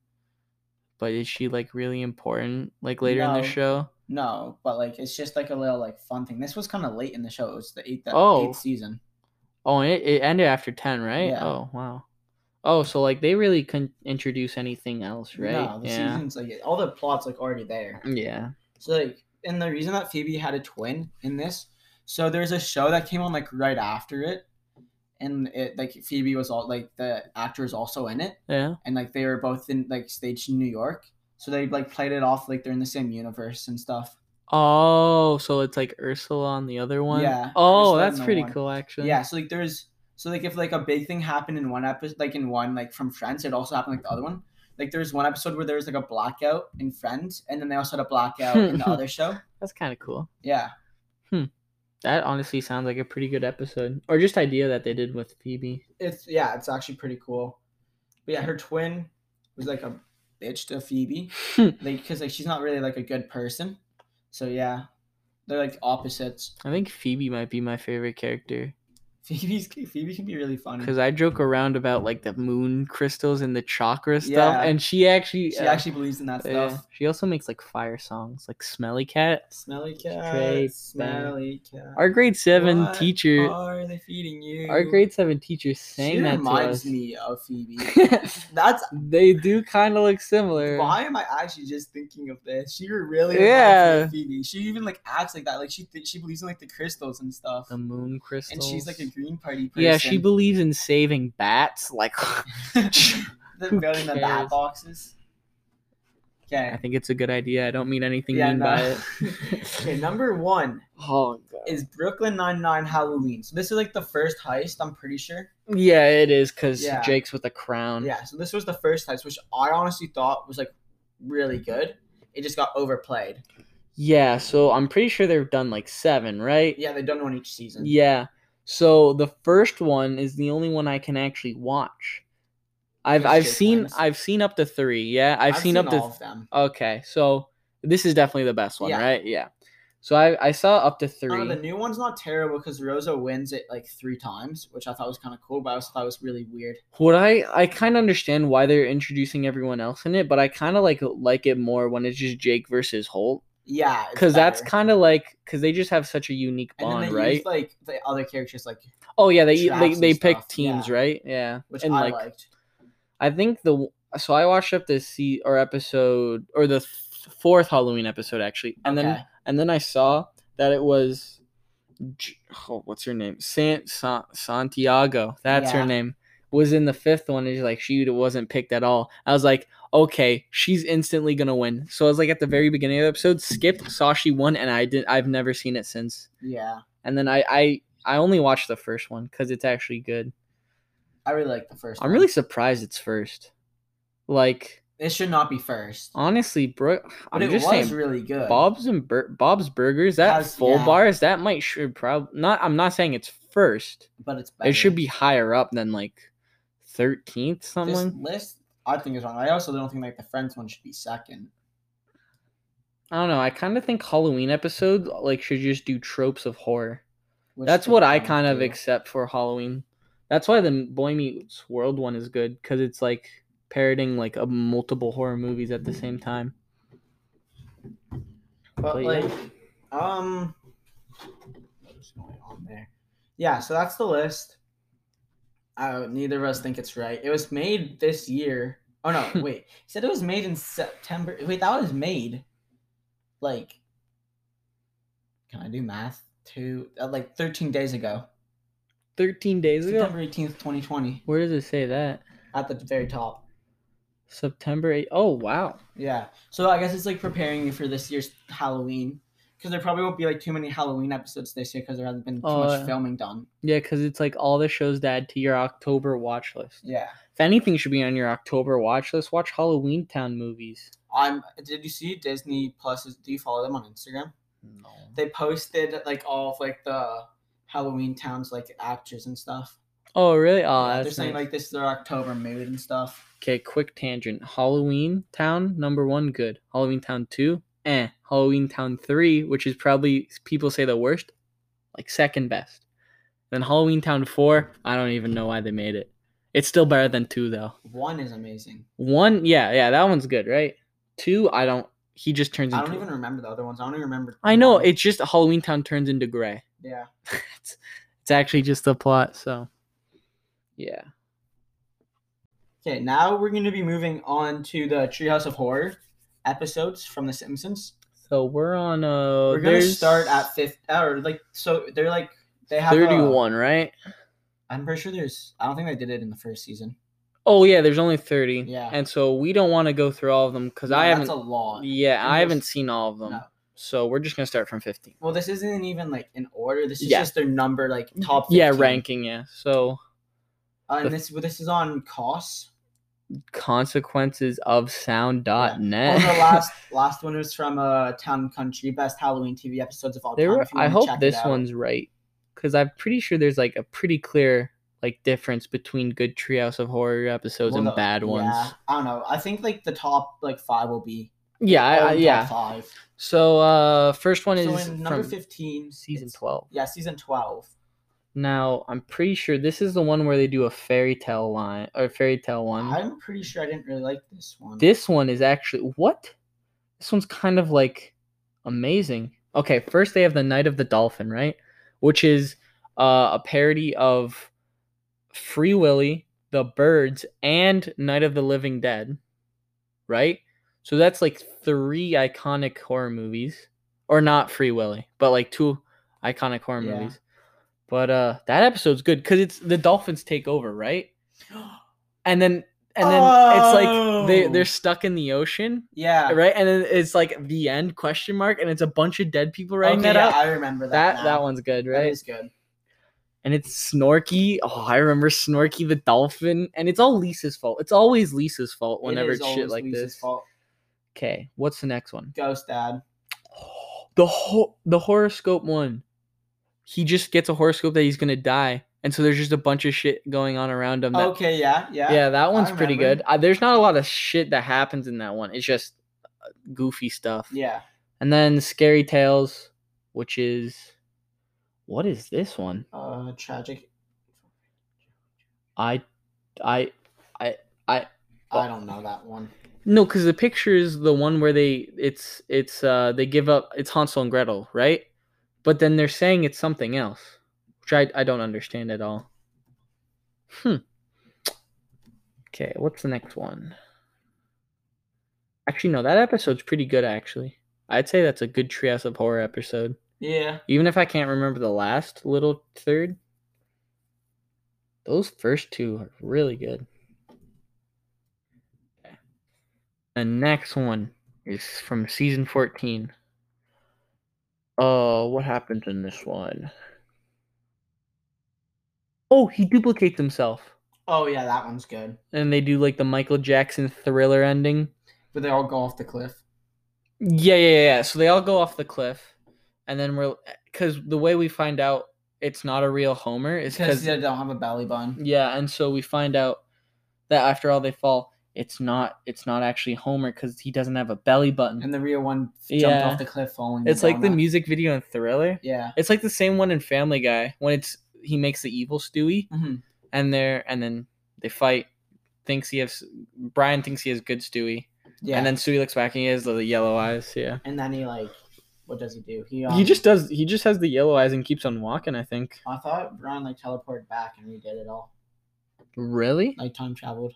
S1: but is she like really important? Like later in
S2: No.
S1: the show.
S2: No, but like it's just like a little like fun thing. This was kind of late in the show. It was the eighth,
S1: Oh.
S2: eighth season.
S1: Oh, and it, it ended after ten, right?
S2: Yeah.
S1: Oh, wow. Oh, so like they really couldn't introduce anything else, right?
S2: No, the
S1: yeah.
S2: season's like all the plots like already there.
S1: Yeah.
S2: So like, and the reason that Phoebe had a twin in this, so there's a show that came on like right after it, and it like Phoebe was all like the actor was also in it,
S1: Yeah.
S2: and like they were both in like staged in New York, so they like played it off like they're in the same universe and stuff.
S1: Oh, so it's like Ursula on the other one.
S2: Yeah,
S1: Oh,
S2: Ursula
S1: that's
S2: on the
S1: pretty
S2: one.
S1: cool, actually.
S2: Yeah, so like there's so like if like a big thing happened in one episode, like in one like from Friends, it also happened like the other one. Like there was one episode where there was like a blackout in Friends, and then they also had a blackout in the other show.
S1: that's kind of cool.
S2: Yeah,
S1: That honestly sounds like a pretty good episode, or just idea that they did with Phoebe.
S2: it's yeah, it's actually pretty cool. But yeah, her twin was like a bitch to Phoebe, like because like she's not really like a good person. So yeah, they're like opposites.
S1: I think Phoebe might be my favorite character
S2: Phoebe's Phoebe can be really funny.
S1: because I joke around about like the moon crystals and the chakra stuff,
S2: Yeah.
S1: and she actually
S2: She
S1: uh,
S2: actually believes in that
S1: yeah.
S2: stuff.
S1: she also makes like fire songs, like Smelly Cat.
S2: Smelly cat,
S1: Straight
S2: smelly cat.
S1: Our grade seven
S2: What
S1: teacher,
S2: are they feeding you?
S1: our grade seven teacher
S2: She
S1: sang that to
S2: reminds
S1: us.
S2: me of Phoebe. That's
S1: they do kind of look similar.
S2: why am I actually just thinking of this? She really reminds me
S1: Yeah.
S2: of Phoebe. She even like acts like that. Like she th- she believes in like the crystals and stuff,
S1: The moon crystals.
S2: and she's like a green party person.
S1: yeah, she believes in saving bats. Like,
S2: the
S1: who
S2: building the
S1: cares?
S2: bat boxes.
S1: I
S2: Okay.
S1: think it's a good idea. I don't mean anything
S2: Yeah,
S1: mean by
S2: no.
S1: it.
S2: okay, number one
S1: Oh god.
S2: is Brooklyn Nine Nine Halloween. So this is like the first heist, I'm pretty sure.
S1: Yeah, it is because
S2: Yeah.
S1: Jake's with a crown.
S2: Yeah, so this was the first heist, which I honestly thought was like really good. It just got overplayed.
S1: Yeah, so I'm pretty sure they've done like seven, right?
S2: Yeah, they've done one each season.
S1: Yeah. So the first one is the only one I can actually watch. I've
S2: Because
S1: I've
S2: Jake
S1: seen
S2: wins.
S1: I've seen up to three. Yeah, I've, seen, up to
S2: all of them.
S1: okay. So this is definitely the best one,
S2: Yeah.
S1: right? Yeah. So I I saw up to
S2: I
S1: three.
S2: don't know, the new one's not terrible because Rosa wins it like three times, which I thought was kind of cool, but I also thought it was really weird.
S1: What I I kind of understand why they're introducing everyone else in it, but I kind of like like it more when it's just Jake versus Holt
S2: Yeah, it's
S1: because that's
S2: better.
S1: kind of like because they just have such a unique
S2: and
S1: bond,
S2: then they
S1: right?
S2: used like the other characters, like
S1: Oh yeah, they
S2: traps
S1: they,
S2: and
S1: they pick
S2: stuff,
S1: teams,
S2: yeah.
S1: right? Yeah,
S2: which
S1: and
S2: I
S1: like
S2: liked.
S1: I think the so I watched up this se- or episode or the th- fourth Halloween episode actually, and
S2: okay.
S1: then and then I saw that it was J- oh, what's her name? San, San Santiago. That's
S2: Yeah.
S1: her name. Was in the fifth one, and she's like she wasn't picked at all. I was like, okay, she's instantly gonna win. So I was like at the very beginning of the episode, skipped, saw she won, and I didn't. I've never seen it since.
S2: Yeah,
S1: And then I I I only watched the first one because it's actually good.
S2: I really like the first.
S1: I'm
S2: one.
S1: really surprised it's first. Like
S2: It should not be first,
S1: honestly, bro,
S2: but
S1: I'm
S2: it
S1: just
S2: was
S1: saying.
S2: really good.
S1: Bob's and Bur- Bob's Burgers, that
S2: Has-
S1: full
S2: yeah.
S1: bars, that might should probably not. I'm not saying it's first.
S2: but it's better.
S1: It should be higher up than like thirteenth
S2: This
S1: something.
S2: list, I think is wrong. I also don't think like the Friends one should be second.
S1: I don't know. I kind of think Halloween episode like should just do tropes of horror.
S2: which
S1: That's
S2: they
S1: what I
S2: don't
S1: kind of
S2: do.
S1: accept for Halloween. That's why the Boy Meets World one is good because it's like parroting like a multiple horror movies at the
S2: Mm.
S1: same time.
S2: But
S1: But yeah.
S2: like, um, what's going on there? Yeah, so that's the list. Uh, neither of us think it's right. It was made this year. Oh no, wait. He said it was made in September. Wait, that was made. Like, can I do math? Two, uh, like thirteen days ago,
S1: Thirteen days ago.
S2: September eighteenth, twenty twenty,
S1: Where does it say that?
S2: at the very top.
S1: September 8th. Oh wow.
S2: Yeah. So I guess it's like preparing you for this year's Halloween. Because there probably won't be like too many Halloween episodes this year because there hasn't been too
S1: Oh,
S2: much
S1: yeah.
S2: filming done.
S1: Yeah, because it's like all the shows to add to your October watch list.
S2: Yeah.
S1: If anything should be on your October watch list, watch Halloween Town movies.
S2: I'm. Did you see Disney Plus? Is, do you follow them on Instagram?
S1: No.
S2: They posted like all of like the Halloween towns like actors and stuff.
S1: Oh really? Oh,
S2: Yeah, they're
S1: that's
S2: saying
S1: nice.
S2: like this is their October mood and stuff.
S1: Okay, quick tangent. Halloween Town number one, good. Halloween Town two, eh. Halloween Town three, which is probably people say the worst, like second best. Then Halloween Town four, I don't even know why they made it. It's still better than two though.
S2: One is amazing.
S1: One, yeah, yeah, that one's good, right? Two, I don't. He just turns
S2: I
S1: into.
S2: don't even remember the other ones. I don't even remember.
S1: I know
S2: one.
S1: it's just Halloween Town turns into gray.
S2: Yeah.
S1: it's, it's actually just the plot. So, yeah.
S2: Okay, now we're gonna be moving on to the Treehouse of Horror episodes from The Simpsons.
S1: So we're on. Uh,
S2: We're gonna
S1: there's
S2: start at fifth or like so they're like they have a-
S1: thirty-one, right?
S2: I'm pretty sure there's I don't think they did it in the first season.
S1: Oh yeah, there's only thirty.
S2: Yeah.
S1: And so we don't want to go through all of them because I
S2: No,
S1: haven't.
S2: That's a lot.
S1: yeah,
S2: and
S1: I
S2: there's-
S1: haven't seen all of them.
S2: No.
S1: So we're just gonna start from fifteen.
S2: Well, this isn't even like in order. This is
S1: Yeah. Mm-hmm.
S2: just their number, like top.
S1: Yeah,
S2: 15.
S1: ranking. Yeah. So
S2: Uh, and this this is on costs.
S1: consequences of sound.net.
S2: Well, the last last one was from uh Town and Country best Halloween TV episodes of all
S1: There
S2: time.
S1: were,
S2: if you
S1: I
S2: wanna
S1: hope
S2: check it
S1: this
S2: out.
S1: one's right because I'm pretty sure there's like a pretty clear like difference between good Treehouse of Horror episodes
S2: Well,
S1: and
S2: the-
S1: bad ones.
S2: Yeah, I don't know. I think like the top like five will be.
S1: Yeah, I,
S2: all
S1: I-
S2: in top
S1: yeah.
S2: Five.
S1: So uh, first one
S2: So
S1: is
S2: in number
S1: from
S2: fifteen,
S1: season
S2: it's-
S1: twelve.
S2: Yeah, season twelve.
S1: Now I'm pretty sure this is the one where they do a fairy tale line or fairy tale one.
S2: I'm pretty sure I didn't really like this one.
S1: This one is actually what? This one's kind of like amazing. Okay, first they have the Night of the Dolphin, right? Which is uh, a parody of Free Willy, The Birds, and Night of the Living Dead, right? So that's like three iconic horror movies, or not Free Willy, but like two iconic horror
S2: Yeah.
S1: movies. But uh, that episode's good because it's the dolphins take over, right? And then and then it's like they
S2: Oh.
S1: they're stuck in the ocean,
S2: yeah.
S1: right? And then it's like the end question mark, and it's a bunch of dead people writing
S2: Okay,
S1: that
S2: yeah,
S1: out.
S2: I remember that.
S1: That
S2: now.
S1: that one's good,
S2: That
S1: right?
S2: is good.
S1: and it's Snorky. Oh, I remember Snorky the dolphin, and it's all Lisa's fault. It's always Lisa's fault
S2: It
S1: whenever
S2: is
S1: it's shit
S2: always
S1: like
S2: Lisa's
S1: this.
S2: Fault.
S1: Okay, what's the next one?
S2: Ghost Dad.
S1: The ho- the horoscope one. He just gets a horoscope that he's gonna die, and so there's just a bunch of shit going on around him. That-
S2: Okay, yeah, yeah.
S1: Yeah, that one's pretty
S2: remember.
S1: good. Uh, there's not a lot of shit that happens in that one. It's just uh, goofy stuff.
S2: Yeah.
S1: And then Scary Tales, which is what is this one?
S2: Uh, tragic.
S1: I I
S2: I don't know that one.
S1: no, because the picture is the one where they it's it's uh they give up it's Hansel and Gretel, right? But then they're saying it's something else, which I I don't understand at all. Hmm. Okay, what's the next one? Actually, no, that episode's pretty good. Actually, I'd say that's a good Treehouse of Horror episode.
S2: Yeah.
S1: Even if I can't remember the last little third, those first two are really good. Okay. The next one is from season 14. Oh, what happens in this one? Oh, he duplicates himself.
S2: Oh yeah, that one's good.
S1: And they do like the Michael Jackson thriller ending.
S2: But they all go off the cliff.
S1: Yeah, yeah, yeah. So they all go off the cliff, and then we're because the way we find out it's not a real Homer is
S2: Because
S1: because
S2: they don't have a belly button.
S1: yeah, and so we find out that after all they fall, it's not it's not actually Homer because he doesn't have a belly button.
S2: And the real one jumped
S1: Yeah.
S2: off the cliff falling.
S1: It's like the
S2: down that-
S1: music video in Thriller.
S2: Yeah.
S1: It's like the same one in Family Guy when it's he makes the evil Stewie
S2: Mhm.
S1: and they're and then they fight. Thinks he has Brian thinks he has good Stewie,
S2: Yeah.
S1: and then Stewie looks back and he has the yellow eyes. Yeah.
S2: And then he like, what does he do? He, um,
S1: He just does. He just has the yellow eyes and keeps on walking. I think.
S2: I thought Ron like teleported back and redid it all,
S1: Really?
S2: like time traveled.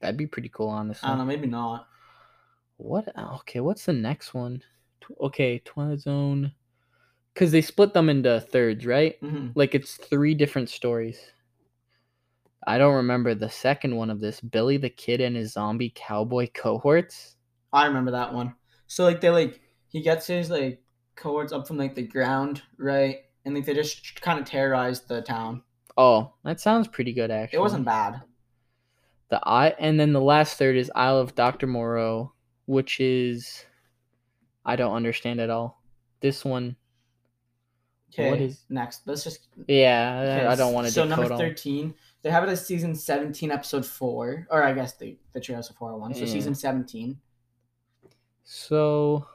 S1: That'd be pretty cool, honestly.
S2: I don't know, maybe not.
S1: What? oh, Okay, what's the next one? Tw- Okay, Twilight Zone. Because they split them into thirds, right?
S2: hmm
S1: Like it's three different stories. I don't remember the second one of this. Billy the Kid and his zombie cowboy cohorts.
S2: I remember that one. So like they like he gets his like cohorts up from like the ground, right? And like they just kind of terrorized the town.
S1: Oh, that sounds pretty good, actually.
S2: It wasn't bad.
S1: The I and then the last third is Isle of Dr. Moreau, which is I don't understand at all. This one,
S2: Okay.
S1: What is-
S2: next? Let's just.
S1: yeah,
S2: okay,
S1: I- I don't want to
S2: So
S1: decode
S2: number
S1: all.
S2: thirteen, they have it as season seventeen, episode four, or I guess the the trailers of four one. So
S1: Yeah.
S2: season seventeen.
S1: So,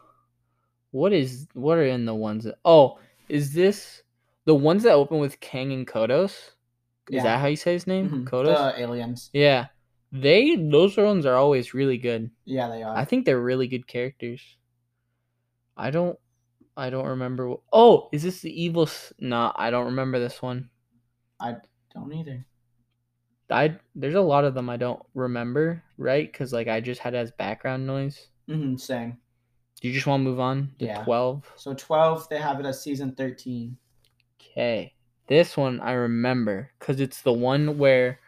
S1: what is what are in the ones? That, oh, is this the ones that open with Kang and Kodos? Is
S2: Yeah.
S1: that how you say his name?
S2: Mhm.
S1: Kodos.
S2: The aliens.
S1: yeah, they those ones are always really good.
S2: Yeah, they are.
S1: I think they're really good characters. I don't, I don't remember. wh- Oh, is this the evil? S- nah, I don't remember this one.
S2: Don't either.
S1: I there's a lot of them I don't remember, right? Because like I just had it as background noise.
S2: hmm same.
S1: Do you just want to move on to
S2: Yeah.
S1: twelve?
S2: So twelve, they have it as season thirteen.
S1: Okay. This one I remember because it's the one where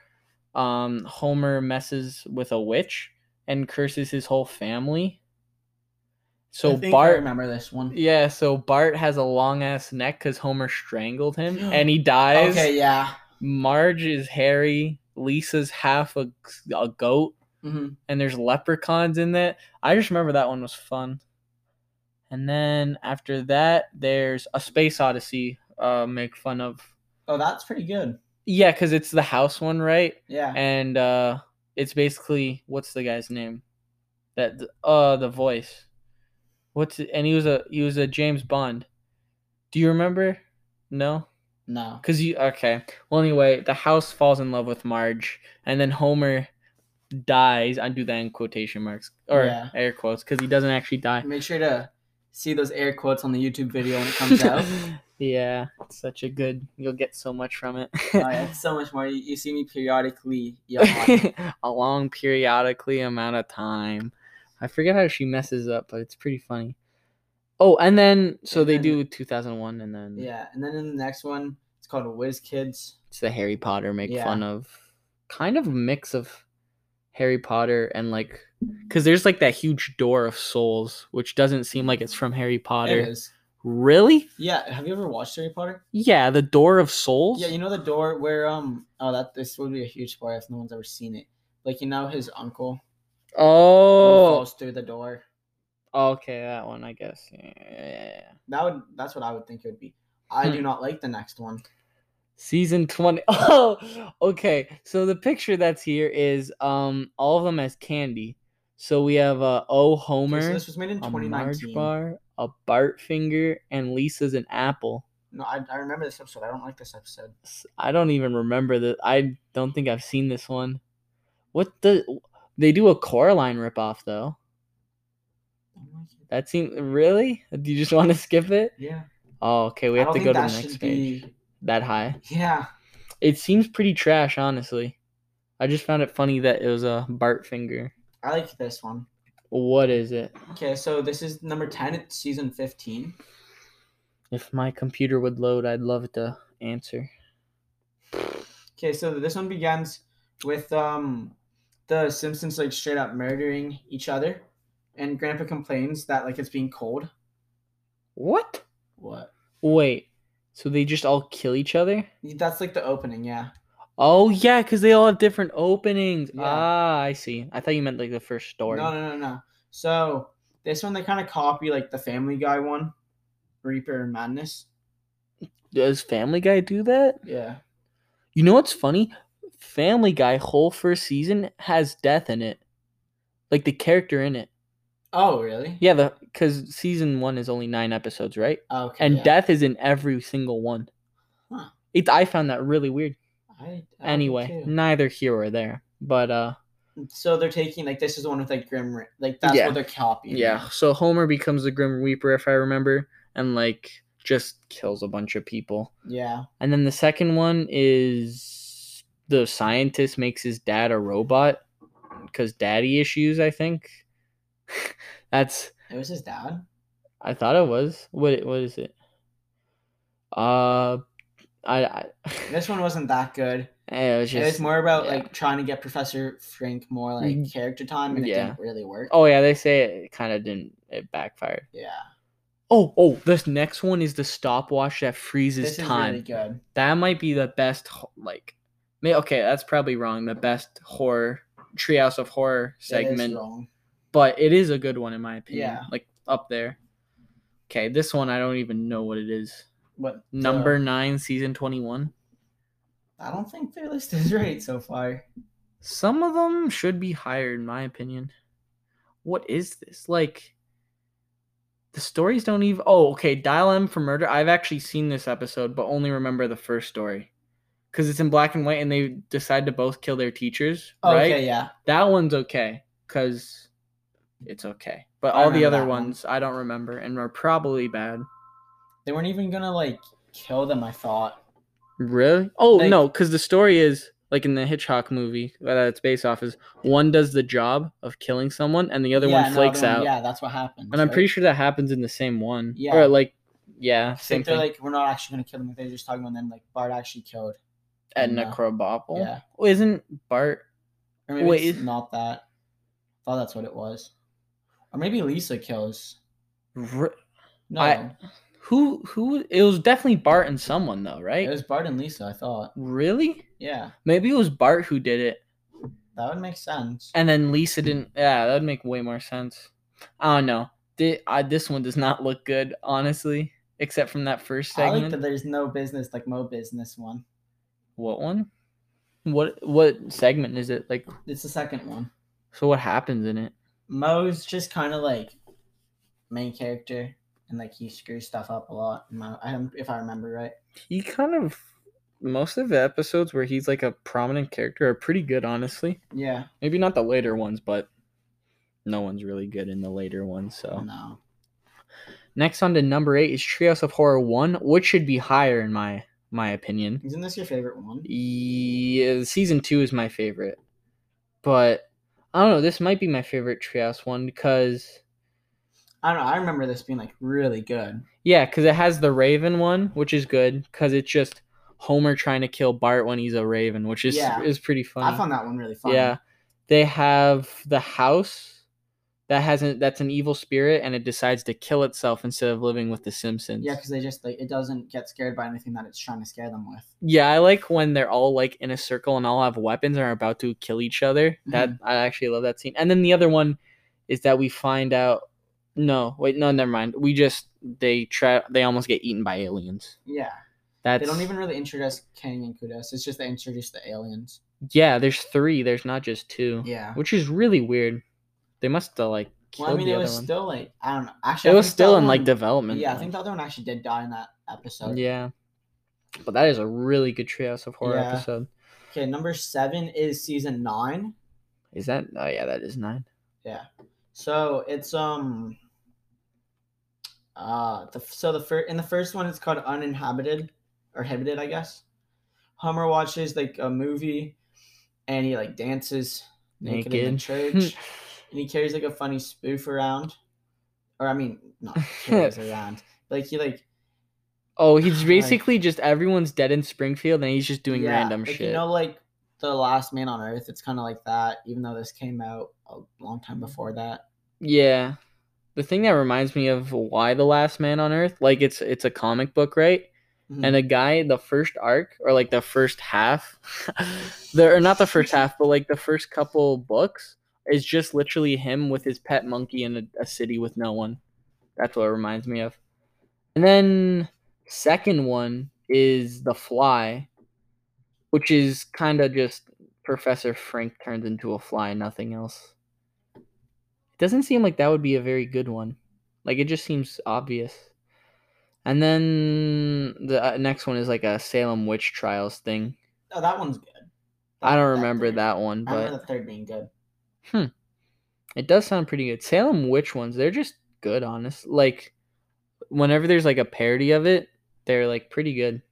S1: um, Homer messes with a witch and curses his whole family. So
S2: I think I
S1: Bart.
S2: remember this one.
S1: Yeah, so Bart has a long ass neck because Homer strangled him and he dies.
S2: Okay, yeah.
S1: Marge is hairy. Lisa's half a, a goat
S2: hmm
S1: and there's leprechauns in that. I just remember that one was fun. And then after that, there's a Space Odyssey. Uh, make fun of.
S2: Oh, that's pretty good.
S1: Yeah, because it's the house one, right?
S2: Yeah.
S1: And uh, it's basically what's the guy's name? That uh, the voice. What's it? and he was a he was a James Bond. Do you remember? No.
S2: no.
S1: Cause you okay. Well, anyway, the house falls in love with Marge, and then Homer dies. I do that in quotation marks or
S2: Yeah.
S1: air quotes because he doesn't actually die.
S2: Make sure to see those air quotes on the YouTube video when it comes out.
S1: yeah, it's such a good. You'll get so much from it.
S2: Oh, yeah, it's so much more. You, you see me periodically. Yeah.
S1: a long periodically amount of time. I forget how she messes up, but it's pretty funny. Oh, and then so
S2: And
S1: they
S2: then-
S1: do 2001, and then
S2: yeah. And then in the next one, it's called Whiz Kids.
S1: it's the Harry Potter make
S2: Yeah.
S1: fun of kind of a mix of Harry Potter and like because there's like that huge door of souls, which doesn't seem like it's from Harry
S2: It
S1: Potter.
S2: is.
S1: Really?
S2: Yeah. Have you ever watched Harry Potter?
S1: Yeah, the door of souls.
S2: Yeah. You know the door where um. Oh, that this would be a huge spoiler if no one's ever seen it. Like you know his uncle who
S1: oh,
S2: falls through the door.
S1: okay, that one I guess. Yeah.
S2: That would. That's what I would think it would be. I do
S1: Hmm.
S2: not like the next one.
S1: Season 20. Oh, okay. So the picture that's here is um all of them as candy. So we have uh, O Homer,
S2: Okay, so this was made in
S1: a Marge
S2: 2019.
S1: bar, a Bart finger, and Lisa's an apple.
S2: No, I, I remember this episode. I don't like this episode.
S1: S- I don't even remember the. I don't think I've seen this one. What the? They do a Coraline ripoff though.
S2: I don't like it.
S1: That seems really. Do you just want to skip it?
S2: Yeah.
S1: Oh, okay. We
S2: I
S1: have
S2: don't
S1: to
S2: think
S1: go to the
S2: that
S1: next
S2: should
S1: page.
S2: be-
S1: That high.
S2: Yeah.
S1: It seems pretty trash, honestly. I just found it funny that it was a Bart finger.
S2: I like this one.
S1: What is it?
S2: Okay, so this is number 10, it's season 15.
S1: If my computer would load, I'd love to answer.
S2: Okay, so this one begins with um the Simpsons like straight up murdering each other, and Grandpa complains that like it's being cold.
S1: What?
S2: What?
S1: Wait. So they just all kill each other?
S2: That's like the opening, yeah.
S1: Oh yeah, because they all have different openings.
S2: Yeah.
S1: Ah, I see. I thought you meant like the first story.
S2: No, no, no, no. So this one they kind of copy like the Family Guy one, Reaper and Madness.
S1: Does Family Guy do that?
S2: Yeah.
S1: You know what's funny? Family Guy whole first season has death in it, like the character in it.
S2: Oh, really?
S1: Yeah, the because season one is only nine episodes, right?
S2: Okay.
S1: And
S2: yeah.
S1: death is in every single one.
S2: Huh.
S1: It I found that really weird.
S2: I, I
S1: anyway,
S2: do too.
S1: neither here or there. But uh
S2: So they're taking like this is the one with like Grim, Re- like that's
S1: Yeah.
S2: what they're copying.
S1: yeah, so Homer becomes the Grim Reaper if I remember and like just kills a bunch of people.
S2: Yeah.
S1: And then the second one is the scientist makes his dad a robot cuz daddy issues, I think. That's
S2: It was his dad.
S1: I thought it was. What what is it? Uh I, I
S2: This one wasn't that good.
S1: Eh, it was
S2: it was
S1: just
S2: more about
S1: yeah.
S2: like trying to get Professor Frank more like
S1: Mm,
S2: character time, and
S1: yeah.
S2: it didn't really work.
S1: Oh yeah, they say it kind of didn't it backfired.
S2: Yeah.
S1: Oh, oh, this next one is the stopwatch that freezes
S2: This is
S1: time.
S2: really good.
S1: that might be the best ho- like may okay, that's probably wrong, the best horror treehouse of horror
S2: It
S1: segment,
S2: is wrong.
S1: but it is a good one in my opinion.
S2: Yeah.
S1: Like up there. Okay, this one I don't even know what it is.
S2: What the-
S1: Number 9 season 21.
S2: I don't think their list is right so far.
S1: Some of them should be higher, in my opinion. What is this? Like, the stories don't even. Oh, okay. Dial M for Murder. I've actually seen this episode, but only remember the first story. Because it's in black and white and they decide to both kill their teachers,
S2: Oh, Okay,
S1: right?
S2: yeah.
S1: That one's okay. Because it's okay. But
S2: I
S1: all the
S2: remember
S1: other
S2: that one.
S1: ones I don't remember and are probably bad.
S2: They weren't even gonna like kill them, I thought.
S1: Really? Oh
S2: Like-
S1: no, because the story is like in the Hitchcock movie uh, that it's based off is one does the job of killing someone and the other
S2: Yeah,
S1: one
S2: no,
S1: flakes
S2: the one-
S1: out.
S2: Yeah, that's what happened.
S1: And I'm
S2: right?
S1: pretty sure that happens in the same one.
S2: Yeah.
S1: Or like, yeah,
S2: I
S1: same
S2: think they're
S1: thing.
S2: like, we're not actually gonna kill them. They're just talking about then like Bart actually killed.
S1: Edna
S2: no.
S1: Krabappel.
S2: Yeah,
S1: Isn't Bart?
S2: or maybe
S1: Oh. Wait,
S2: it's
S1: is-
S2: not that. I thought that's what it was, or maybe Lisa kills.
S1: r-
S2: No,
S1: I- Who? Who? It was definitely Bart and someone though, right?
S2: it was Bart and Lisa. I thought.
S1: really?
S2: Yeah,
S1: Maybe it was Bart who did it,
S2: that would make sense.
S1: and then Lisa didn't. Yeah, that'd make way more sense. I don't know. Thi- I- this one does not look good, honestly, except from that first
S2: I
S1: segment.
S2: like that there's no business like Mo business one.
S1: What one? What what segment is it? Like
S2: It's the second one.
S1: so what happens in it?
S2: Mo's just kind of like main character, and like he screws stuff up a lot. in my- I don't- if I remember right.
S1: He kind of most of the episodes where he's like a prominent character are pretty good honestly.
S2: Yeah.
S1: Maybe not the later ones, but no one's really good in the later ones, so.
S2: No.
S1: Next on to number 8 is Trios of Horror 1, which should be higher in my my opinion.
S2: Isn't this your favorite one?
S1: Yeah, season two is my favorite, but I don't know. This might be my favorite Treehouse one because
S2: I don't know. I remember this being like really good.
S1: yeah, because it has the Raven one, which is good because it's just Homer trying to kill Bart when he's a Raven, which is
S2: Yeah.
S1: is pretty funny.
S2: I found that one really fun.
S1: Yeah, they have the house that hasn't that's an evil spirit and it decides to kill itself instead of living with the Simpsons.
S2: Yeah, because they just like it doesn't get scared by anything that it's trying to scare them with.
S1: Yeah, I like when they're all like in a circle and all have weapons and are about to kill each other.
S2: Mm-hmm.
S1: That I actually love that scene. And then the other one is that we find out no, wait, no, never mind. We just they try they almost get eaten by aliens.
S2: Yeah,
S1: That's
S2: they don't even really introduce Kang and Kudos. It's just they introduce the aliens.
S1: Yeah, there's three, there's not just two.
S2: Yeah.
S1: Which is really weird. They must have like killed
S2: Well, I mean,
S1: the
S2: it
S1: other
S2: was
S1: one.
S2: still like I don't know. Actually,
S1: it
S2: I
S1: was
S2: think
S1: still
S2: that
S1: in like
S2: one-
S1: development.
S2: Yeah, I
S1: though.
S2: think the other one actually did die in that episode.
S1: Yeah. But that is a really good Treehouse of Horror
S2: Yeah.
S1: episode.
S2: Okay, number seven is season nine.
S1: Is that oh yeah, that is nine.
S2: So it's um. Uh, the, so the first in the first one it's called uninhabited or habited, I guess. Hummer watches like a movie, and he like dances naked, in the
S1: Naked.
S2: church, and he carries like a funny spoof around, or I mean, not carries around, like he like
S1: Oh, he's
S2: Like-
S1: basically just everyone's dead in Springfield and he's just doing
S2: Yeah,
S1: random
S2: like,
S1: shit.
S2: You know, like the Last Man on Earth. It's kind of like that, even though this came out a long
S1: Mm.
S2: time before that.
S1: yeah. The thing that reminds me of why the last man on earth, like it's it's a comic book, right?
S2: Mhm.
S1: And a guy, the first arc or like the first half, the or not the first half, but like the first couple books is just literally him with his pet monkey in a, a city with no one. That's what it reminds me of. And then second one is The Fly, which is kind of just Professor Frank turns into a fly, nothing else. It doesn't seem like that would be a very good one. Like it just seems obvious. And then the uh, next one is like a Salem witch trials thing.
S2: Oh, that one's good.
S1: I don't
S2: That
S1: remember
S2: third.
S1: that one,
S2: I remember
S1: but
S2: the third being good.
S1: it does sound pretty good. Salem witch ones, they're just good, honest. Like whenever there's like a parody of it, they're like pretty good.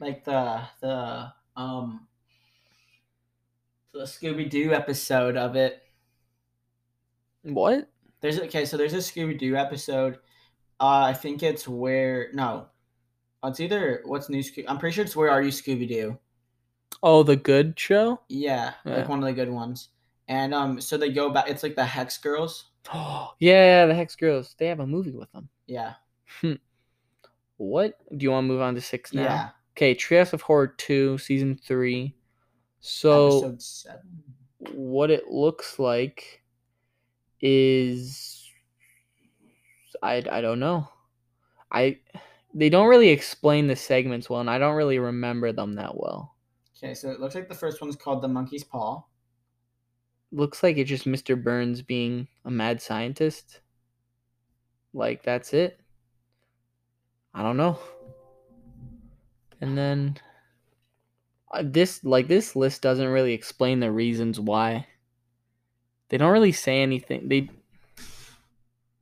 S2: Like the the um the Scooby Doo episode of it.
S1: What?
S2: There's okay, so there's a Scooby Doo episode. Uh, I think it's where no, Oh, it's either what's new. Scoo- I'm pretty sure it's where are you Scooby Doo.
S1: Oh, the good show?
S2: Yeah,
S1: Yeah.
S2: like one of the good ones. And um, so they go back. It's like the Hex Girls.
S1: Oh, yeah, the Hex Girls. They have a movie with them.
S2: Yeah,
S1: What? Do you want to move on to 6 now?
S2: yeah.
S1: Okay, Trias of Horror 2, season 3. So
S2: episode seven.
S1: what it looks like is I, I don't know. I they don't really explain the segments well and I don't really remember them that well.
S2: Okay, so it looks like the first one's called the Monkey's Paw.
S1: Looks like it's just Mr. Burns being a mad scientist. Like that's it. I don't know. And then uh, this like this list doesn't really explain the reasons why. They don't really say anything. They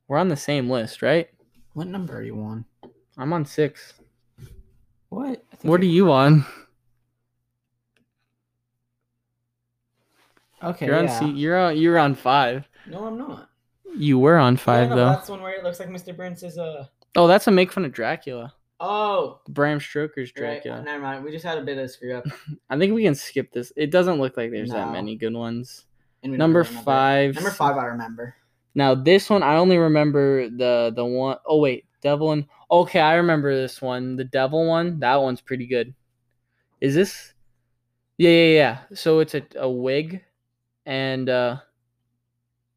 S1: We're on the same list, right?
S2: What number are you on?
S1: I'm on 6.
S2: What? I think
S1: What are
S2: you're-
S1: you on?
S2: Okay.
S1: You're on
S2: yeah.
S1: C- you're on you're on 5.
S2: No, I'm not.
S1: You were on 5
S2: no, no,
S1: though.
S2: That's the one where it looks like Mr. Burns is a.
S1: Oh, that's a make fun of Dracula.
S2: Oh,
S1: Bram Stoker's Dracula.
S2: Dracula. Right, never mind. We just had a bit of screw up.
S1: I think we can skip this. It doesn't look like there's that
S2: No.
S1: many good ones.
S2: and we don't
S1: Number
S2: remember.
S1: five.
S2: Number five, I remember.
S1: Now this one, I only remember the the one oh wait, Devil and okay, I remember this one. The Devil one, that one's pretty good. Is this? Yeah, yeah, yeah. So it's a a wig, and uh,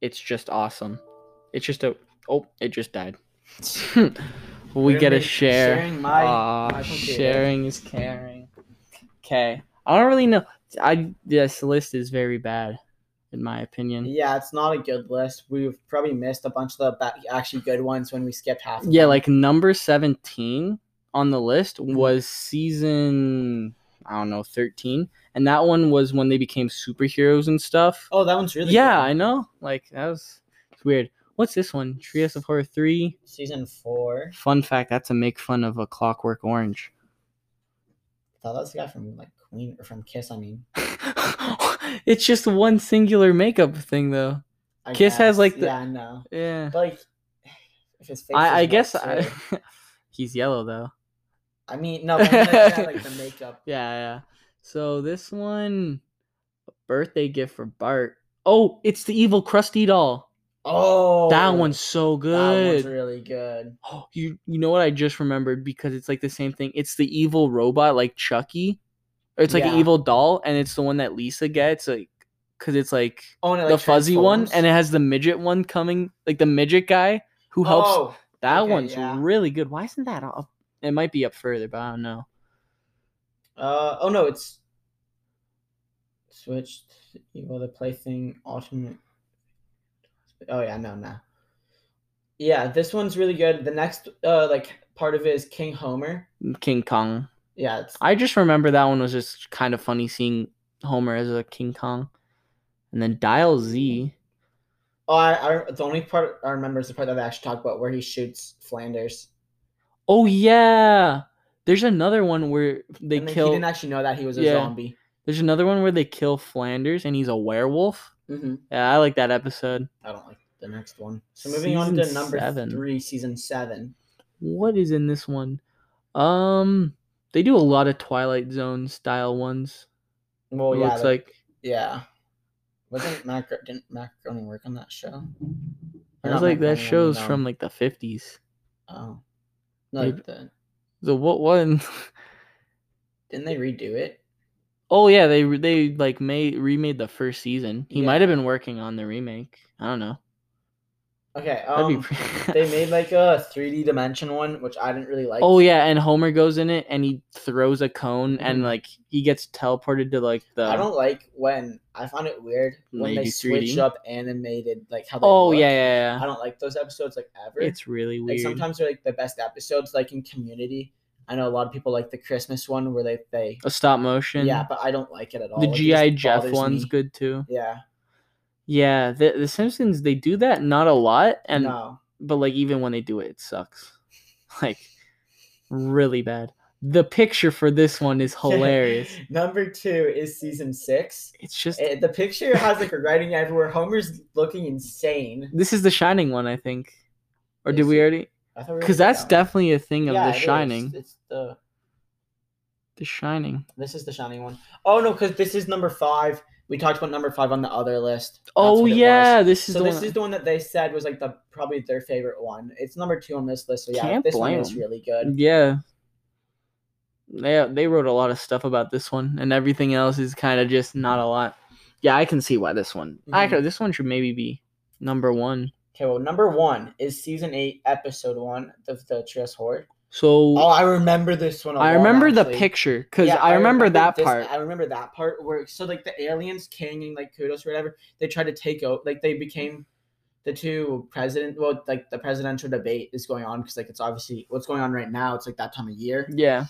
S1: it's just awesome. It's just a oh, it just died. we
S2: You're
S1: get a
S2: ma-
S1: share.
S2: Sharing my.
S1: Aw,
S2: my computer.
S1: sharing is caring. Okay, I don't really know. I this list is very bad, in my opinion.
S2: Yeah, it's not a good list. We've probably missed a bunch of the ba- actually good ones when we skipped half. of
S1: Yeah,
S2: them.
S1: like number seventeen on the list
S2: Mhm.
S1: was season I don't know thirteen, and that one was when they became superheroes and stuff.
S2: Oh, that one's really.
S1: yeah,
S2: good.
S1: I know. Like that was it's weird. What's this one? Trias of Horror three.
S2: Season four.
S1: Fun fact: that's a make fun of a Clockwork Orange.
S2: I thought that's the guy from like Queen or from Kiss. I mean,
S1: it's just one singular makeup thing, though.
S2: I
S1: Kiss has,
S2: guess.
S1: like, the-
S2: Yeah, I know.
S1: Yeah.
S2: But, Like, if his face. is
S1: I, I
S2: white,
S1: guess
S2: too.
S1: I, he's yellow though.
S2: I mean, no, but I'm gonna try, like the makeup.
S1: Yeah, yeah. So this one, a birthday gift for Bart. Oh, it's the evil Krusty doll.
S2: Oh,
S1: that one's so
S2: That
S1: good.
S2: one's really good.
S1: oh, you you know what I just remembered because it's like the same thing. It's the evil robot like Chucky, or it's like an
S2: Yeah.
S1: evil doll, and it's the one that Lisa gets like because it's like
S2: Oh, and it,
S1: the
S2: like,
S1: fuzzy one,
S2: transforms.
S1: and it has the midget one coming, like the midget guy who helps
S2: Oh,
S1: That
S2: Okay,
S1: one's
S2: yeah.
S1: really good. Why isn't that up? It might be up further, but I don't know.
S2: uh, oh no, it's switched. Evil the plaything alternate. Oh yeah, no, no. Yeah, this one's really good. The next, uh, like part of it is King Homer.
S1: King Kong.
S2: Yeah, it's
S1: I just remember that one was just kind of funny seeing Homer as a King Kong. And then Dial Z.
S2: Oh, I, I the only part I remember is the part that they actually talk about where he shoots Flanders.
S1: Oh yeah. There's another one where they
S2: and then He
S1: kill
S2: didn't actually know that he was a
S1: Yeah.
S2: zombie.
S1: There's another one where they kill Flanders and he's a werewolf.
S2: hmm
S1: Yeah, I like that episode.
S2: I don't like the next one. So moving on to
S1: Season
S2: number
S1: seven.
S2: three, season seven.
S1: What is in this one? Um, they do a lot of Twilight Zone style ones.
S2: Well,
S1: it
S2: Oh, yeah,
S1: looks
S2: that-
S1: like
S2: yeah. Wasn't Mac didn't Mac only work on that show?
S1: I
S2: Or
S1: was
S2: not
S1: like that
S2: Macaroni,
S1: show's
S2: no.
S1: from like the fifties.
S2: oh, no, like
S1: Maybe-
S2: the,
S1: The what one?
S2: didn't they redo it?
S1: Oh yeah, they re- they like made remade the first season. He
S2: Yeah.
S1: might have been working on the remake. I don't know.
S2: Okay,
S1: That'd
S2: um,
S1: be pretty...
S2: they made like a 3D dimension one, which I didn't really like.
S1: Oh yeah, and Homer goes in it and he throws a cone and
S2: Mhm.
S1: like he gets teleported to like the.
S2: I don't like when I found it weird when
S1: They
S2: they
S1: do
S2: switch
S1: 3D?
S2: up animated, like how. They
S1: Oh
S2: look.
S1: yeah, yeah,
S2: I
S1: yeah.
S2: don't like those episodes like ever.
S1: It's really
S2: like
S1: weird.
S2: sometimes they're like the best episodes, like in Community. I know a lot of people like the Christmas one where they they
S1: a stop motion.
S2: yeah, but I don't like it at all.
S1: the
S2: It just
S1: GI Jeff
S2: bothers
S1: one's
S2: me.
S1: good too.
S2: Yeah,
S1: Yeah, the the Simpsons they do that not a lot, and
S2: no,
S1: but like even when they do it, it sucks. Like really bad. The picture for this one is hilarious.
S2: Number two is season six.
S1: it's just
S2: Eh, the picture has like a writing everywhere. Homer's looking insane.
S1: this is the Shining one, I think. Or did
S2: Is
S1: we
S2: it?
S1: already?
S2: I thought we were
S1: Because
S2: gonna
S1: that's
S2: get that one.
S1: definitely a thing of
S2: Yeah,
S1: The
S2: it is.
S1: Shining.
S2: It's the
S1: The Shining.
S2: this is the shining one. Oh no, because this is number five. We talked about number five on the other list. That's
S1: Oh
S2: what it was.
S1: yeah, this is
S2: So
S1: the
S2: this
S1: one.
S2: is the one that they said was like the probably their favorite one. It's number two on this list. So yeah,
S1: Can't
S2: this
S1: blame
S2: one is
S1: 'em.
S2: really good.
S1: Yeah. They they wrote a lot of stuff about this one, and everything else is kind of just not a lot. Yeah, I can see why this one. I
S2: Mhm.
S1: could, this one should maybe be number one.
S2: Okay, well number one is season eight, episode one of the Trios Horde.
S1: So
S2: Oh, I remember this one. a
S1: I
S2: lot,
S1: remember the
S2: actually.
S1: picture because
S2: Yeah,
S1: I, remember, that
S2: this-
S1: part.
S2: I remember that part where so like the aliens, King and like Kudos or whatever, they tried to take out like they became the two president. Well, like the presidential debate is going on because like it's obviously what's going on right now. It's like that time of year.
S1: yeah,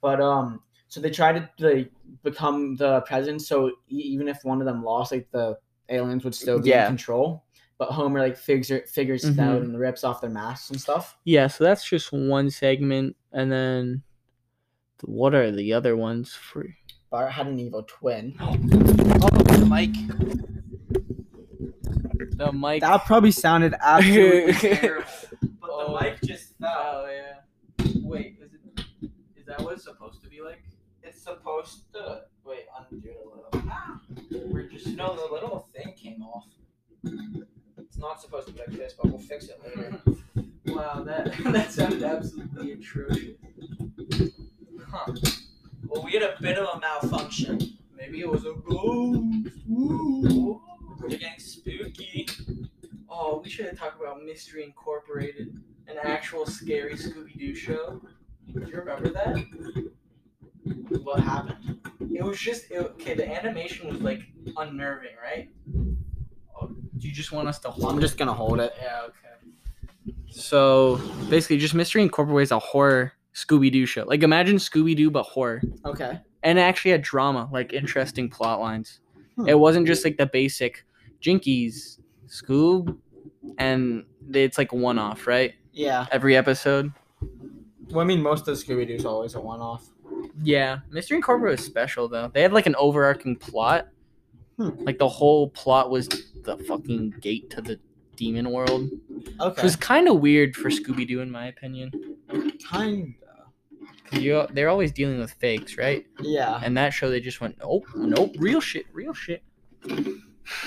S2: But um, so they tried to like become the president. So e- even if one of them lost, like the aliens would still be
S1: Yeah.
S2: in control. But Homer like figures it- figures it out
S1: Mhm.
S2: and rips off their masks and stuff.
S1: yeah. So that's just one segment, and then what are the other ones for?
S2: Bart had an evil twin.
S1: Oh, the mic. The mic.
S2: That probably sounded
S1: absolutely terrible.
S2: But
S1: Oh. mic
S2: just
S1: Oh yeah. Wait, is it? Is that what it's supposed to be like?
S2: It's supposed to wait, undo it a little. Ah, we're just no, the little thing came off. It's not supposed to be like this, but we'll fix it later.
S1: Wow, that that sounded absolutely atrocious.
S2: Huh. Well, we had a bit of a malfunction.
S1: Maybe it was a ghost. Ooh.
S2: We're getting spooky.
S1: Oh, we should have talked about Mystery Incorporated, an actual scary Scooby Doo show. Do you remember that?
S2: What happened?
S1: It was just it, okay. The animation was like unnerving, right? Oh, do you just want us to? Hold
S2: I'm
S1: it?
S2: just gonna hold it.
S1: Yeah, okay. So basically, just Mystery Incorporates a horror Scooby Doo show. Like, imagine Scooby Doo, but horror.
S2: Okay.
S1: And it actually had drama, like interesting plot lines.
S2: Hmm.
S1: It wasn't just like the basic Jinkies, Scoob, and it's like one off, right?
S2: Yeah.
S1: Every episode.
S2: Well, I mean, most of Scooby Doo's always a one-off.
S1: Yeah. Mystery Incorporated was special, though. They had like an overarching plot.
S2: Hmm.
S1: Like, the whole plot was the fucking gate to the demon world. It
S2: Okay.
S1: was kind of weird for Scooby Doo, in my opinion.
S2: Kind.
S1: you they're always dealing with fakes, right?
S2: Yeah.
S1: And that show they just went, nope, nope, real shit, real shit.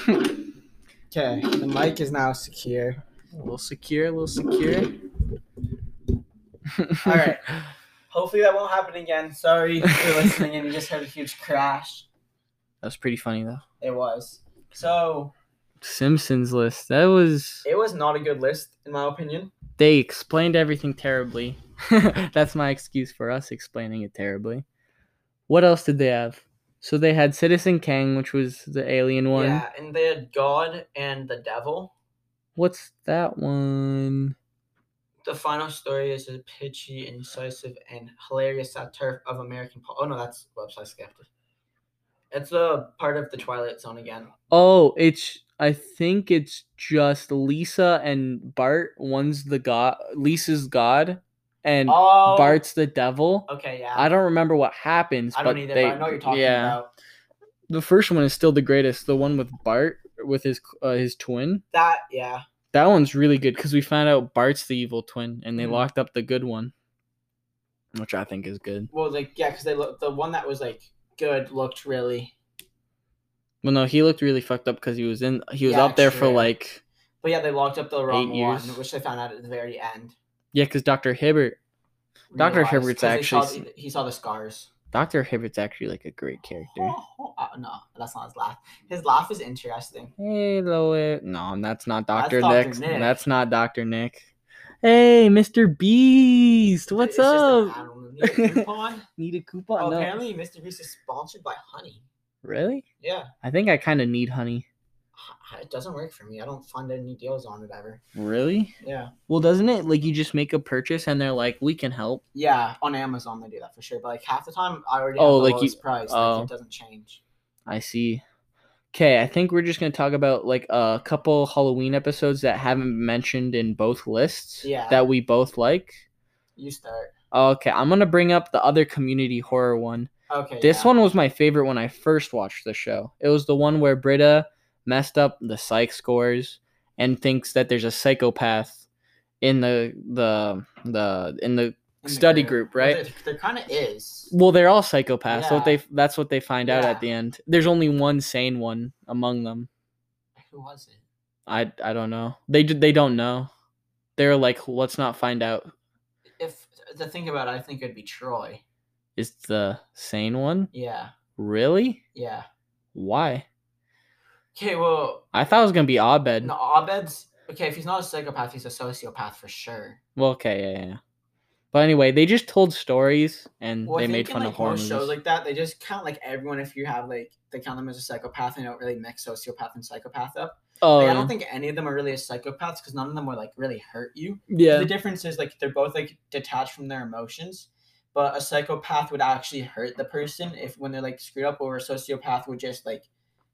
S2: Okay. The mic is now secure.
S1: A little secure, a little secure.
S2: All right. Hopefully that won't happen again. Sorry if you're listening and you just heard a huge crash.
S1: That was pretty funny though.
S2: It was. So
S1: Simpsons list. That was
S2: it was not a good list, in my opinion.
S1: they explained everything terribly. That's my excuse for us explaining it terribly. What else did they have? So they had Citizen Kang, which was the alien one.
S2: Yeah, and they had God and the Devil.
S1: What's that one?
S2: The final story is a pitchy, incisive, and hilarious satire of American po- Oh no, that's website skeptic. It's a part of the Twilight Zone again.
S1: Oh, it's I think it's just Lisa and Bart. One's the god, Lisa's god, and
S2: Oh,
S1: Bart's the devil.
S2: Okay, yeah.
S1: I don't remember what happens,
S2: I
S1: but
S2: don't either.
S1: they,
S2: but I know what you're talking
S1: yeah.
S2: about.
S1: The first one is still the greatest. The one with Bart with his uh, his twin.
S2: That, yeah.
S1: That one's really good because we found out Bart's the evil twin, and they
S2: Mhm.
S1: locked up the good one. which I think is good.
S2: Well, like yeah, because they look the one that was like good looked really.
S1: Well, no, he looked really fucked up because he was in he was
S2: Yeah,
S1: up there for
S2: true.
S1: like
S2: But yeah, they locked up the wrong
S1: Eight years.
S2: one, which they found out at the very end.
S1: yeah, because Doctor Hibbert, Dr.
S2: realized,
S1: Hibbert's
S2: 'cause they
S1: actually
S2: saw the- he saw the scars.
S1: Doctor Hibbert's actually like a great character.
S2: Uh, no, that's not his laugh. His laugh is interesting.
S1: Hey, Lois. No, that's not
S2: That's
S1: Doctor
S2: Dr.
S1: Nick.
S2: Nick.
S1: That's not Doctor Nick. Hey, Mr. Beast, what's
S2: It's just an
S1: up?
S2: animal. Need a coupon?
S1: Need a coupon?
S2: Oh,
S1: no.
S2: Apparently, Mr. Beast is sponsored by Honey.
S1: Really?
S2: Yeah,
S1: I think I kind of need honey.
S2: H- it doesn't work for me. I don't find any deals on it ever.
S1: Really?
S2: Yeah,
S1: Well, doesn't it like you just make a purchase and they're like, we can help?
S2: yeah. On Amazon, they do that for sure. But like half the time, I already
S1: Oh,
S2: have the
S1: like you-
S2: lowest price. Like,
S1: oh.
S2: it doesn't change.
S1: I see. Okay, I think we're just gonna talk about like a couple Halloween episodes that haven't been mentioned in both lists
S2: Yeah.
S1: that we both like.
S2: You start.
S1: Okay, I'm gonna bring up the other community horror one.
S2: Okay.
S1: This
S2: yeah.
S1: one was my favorite when I first watched the show. It was the one where Britta messed up the psych scores and thinks that there's a psychopath in the the the in the
S2: In the
S1: study group, right?
S2: Well, There, there kind of is.
S1: well they're all psychopaths. What
S2: Yeah.
S1: they that's what they find out
S2: Yeah.
S1: at the end. There's only one sane one among them.
S2: Who was it?
S1: I I don't know. They d- they don't know. They're like let's not find out
S2: If to think about it, I think it'd be Troy.
S1: is the sane one
S2: Yeah.
S1: really?
S2: Yeah.
S1: Why?
S2: Okay. Well,
S1: I thought it was gonna be Abed.
S2: No, Abed's okay. If he's not a psychopath, he's a sociopath for sure.
S1: Well, okay, yeah, yeah. But anyway, they just told stories and
S2: Well, I
S1: Mm, they
S2: think
S1: made
S2: in,
S1: fun
S2: like,
S1: of horror
S2: most
S1: movies.
S2: shows like that. They just count like everyone if you have like they count them as a psychopath and don't really mix sociopath and psychopath up.
S1: oh,
S2: like, I
S1: yeah.
S2: don't think any of them are really psychopaths because none of them would like really hurt you.
S1: yeah.
S2: The difference is like they're both like detached from their emotions. But a psychopath would actually hurt the person if when they're like screwed up, or a sociopath would just like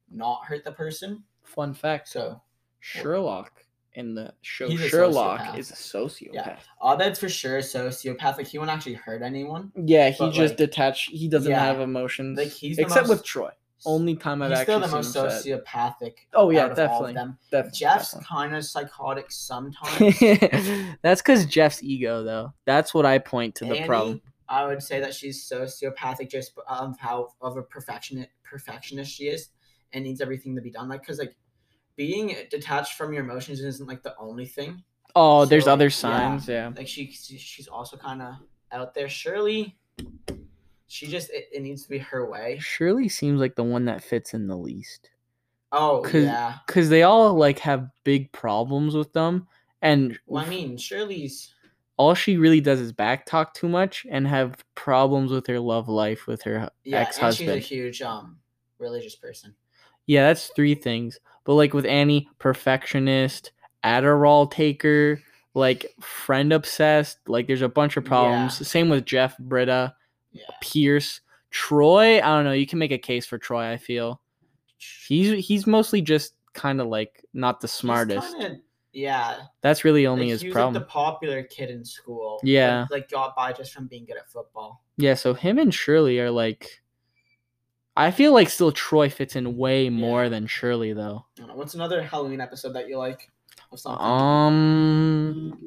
S2: not hurt the person.
S1: Fun fact:
S2: So
S1: Sherlock in the show
S2: He's a
S1: Sherlock
S2: sociopath.
S1: is a sociopath. Yeah,
S2: Abed's for sure a sociopath. Like he wouldn't actually hurt anyone.
S1: he
S2: But,
S1: just
S2: like-
S1: detached. He doesn't
S2: Yeah.
S1: have emotions,
S2: Like, he's the
S1: except with
S2: most-
S1: Troy. Only time I've
S2: he's
S1: actually
S2: still the most
S1: seen him sad.
S2: sociopathic.
S1: Oh, yeah,
S2: out of all
S1: definitely.
S2: of them.
S1: Definitely,
S2: Jeff's
S1: definitely.
S2: kind of psychotic sometimes.
S1: That's because Jeff's ego, though. That's what I point to the
S2: Annie,
S1: problem.
S2: I would say that she's sociopathic just of how of a perfectionist perfectionist she is, and needs everything to be done. Like because like being detached from your emotions isn't like the only thing.
S1: Oh,
S2: so,
S1: there's
S2: like,
S1: other
S2: yeah.
S1: signs. Yeah.
S2: Like she she- she's also kind of out there. Shirley, she just it, it needs to be her way.
S1: Shirley seems like the one that fits in the least.
S2: Oh
S1: 'Cause-
S2: yeah.
S1: because they all like have big problems with them and
S2: Well, I mean, Shirley's
S1: all she really does is back talk too much and have problems with her love life with her hu-
S2: yeah,
S1: ex-husband
S2: and she's a huge um religious person.
S1: yeah that's three things but like with annie perfectionist adderall taker like friend obsessed like there's a bunch of
S2: Yeah.
S1: problems same with jeff britta
S2: Yeah.
S1: pierce troy i don't know you can make a case for troy i feel he's he's mostly just kind of like not the smartest
S2: He's kinda- yeah.
S1: that's really only
S2: like,
S1: his
S2: he was,
S1: problem
S2: Like, the popular kid in school. that,
S1: Yeah.
S2: like got by just from being good at football.
S1: Yeah, so him and Shirley are like I feel like still Troy fits in way more than Shirley though.
S2: I don't know. What's another Halloween episode that you like? Of something?
S1: Uh, Um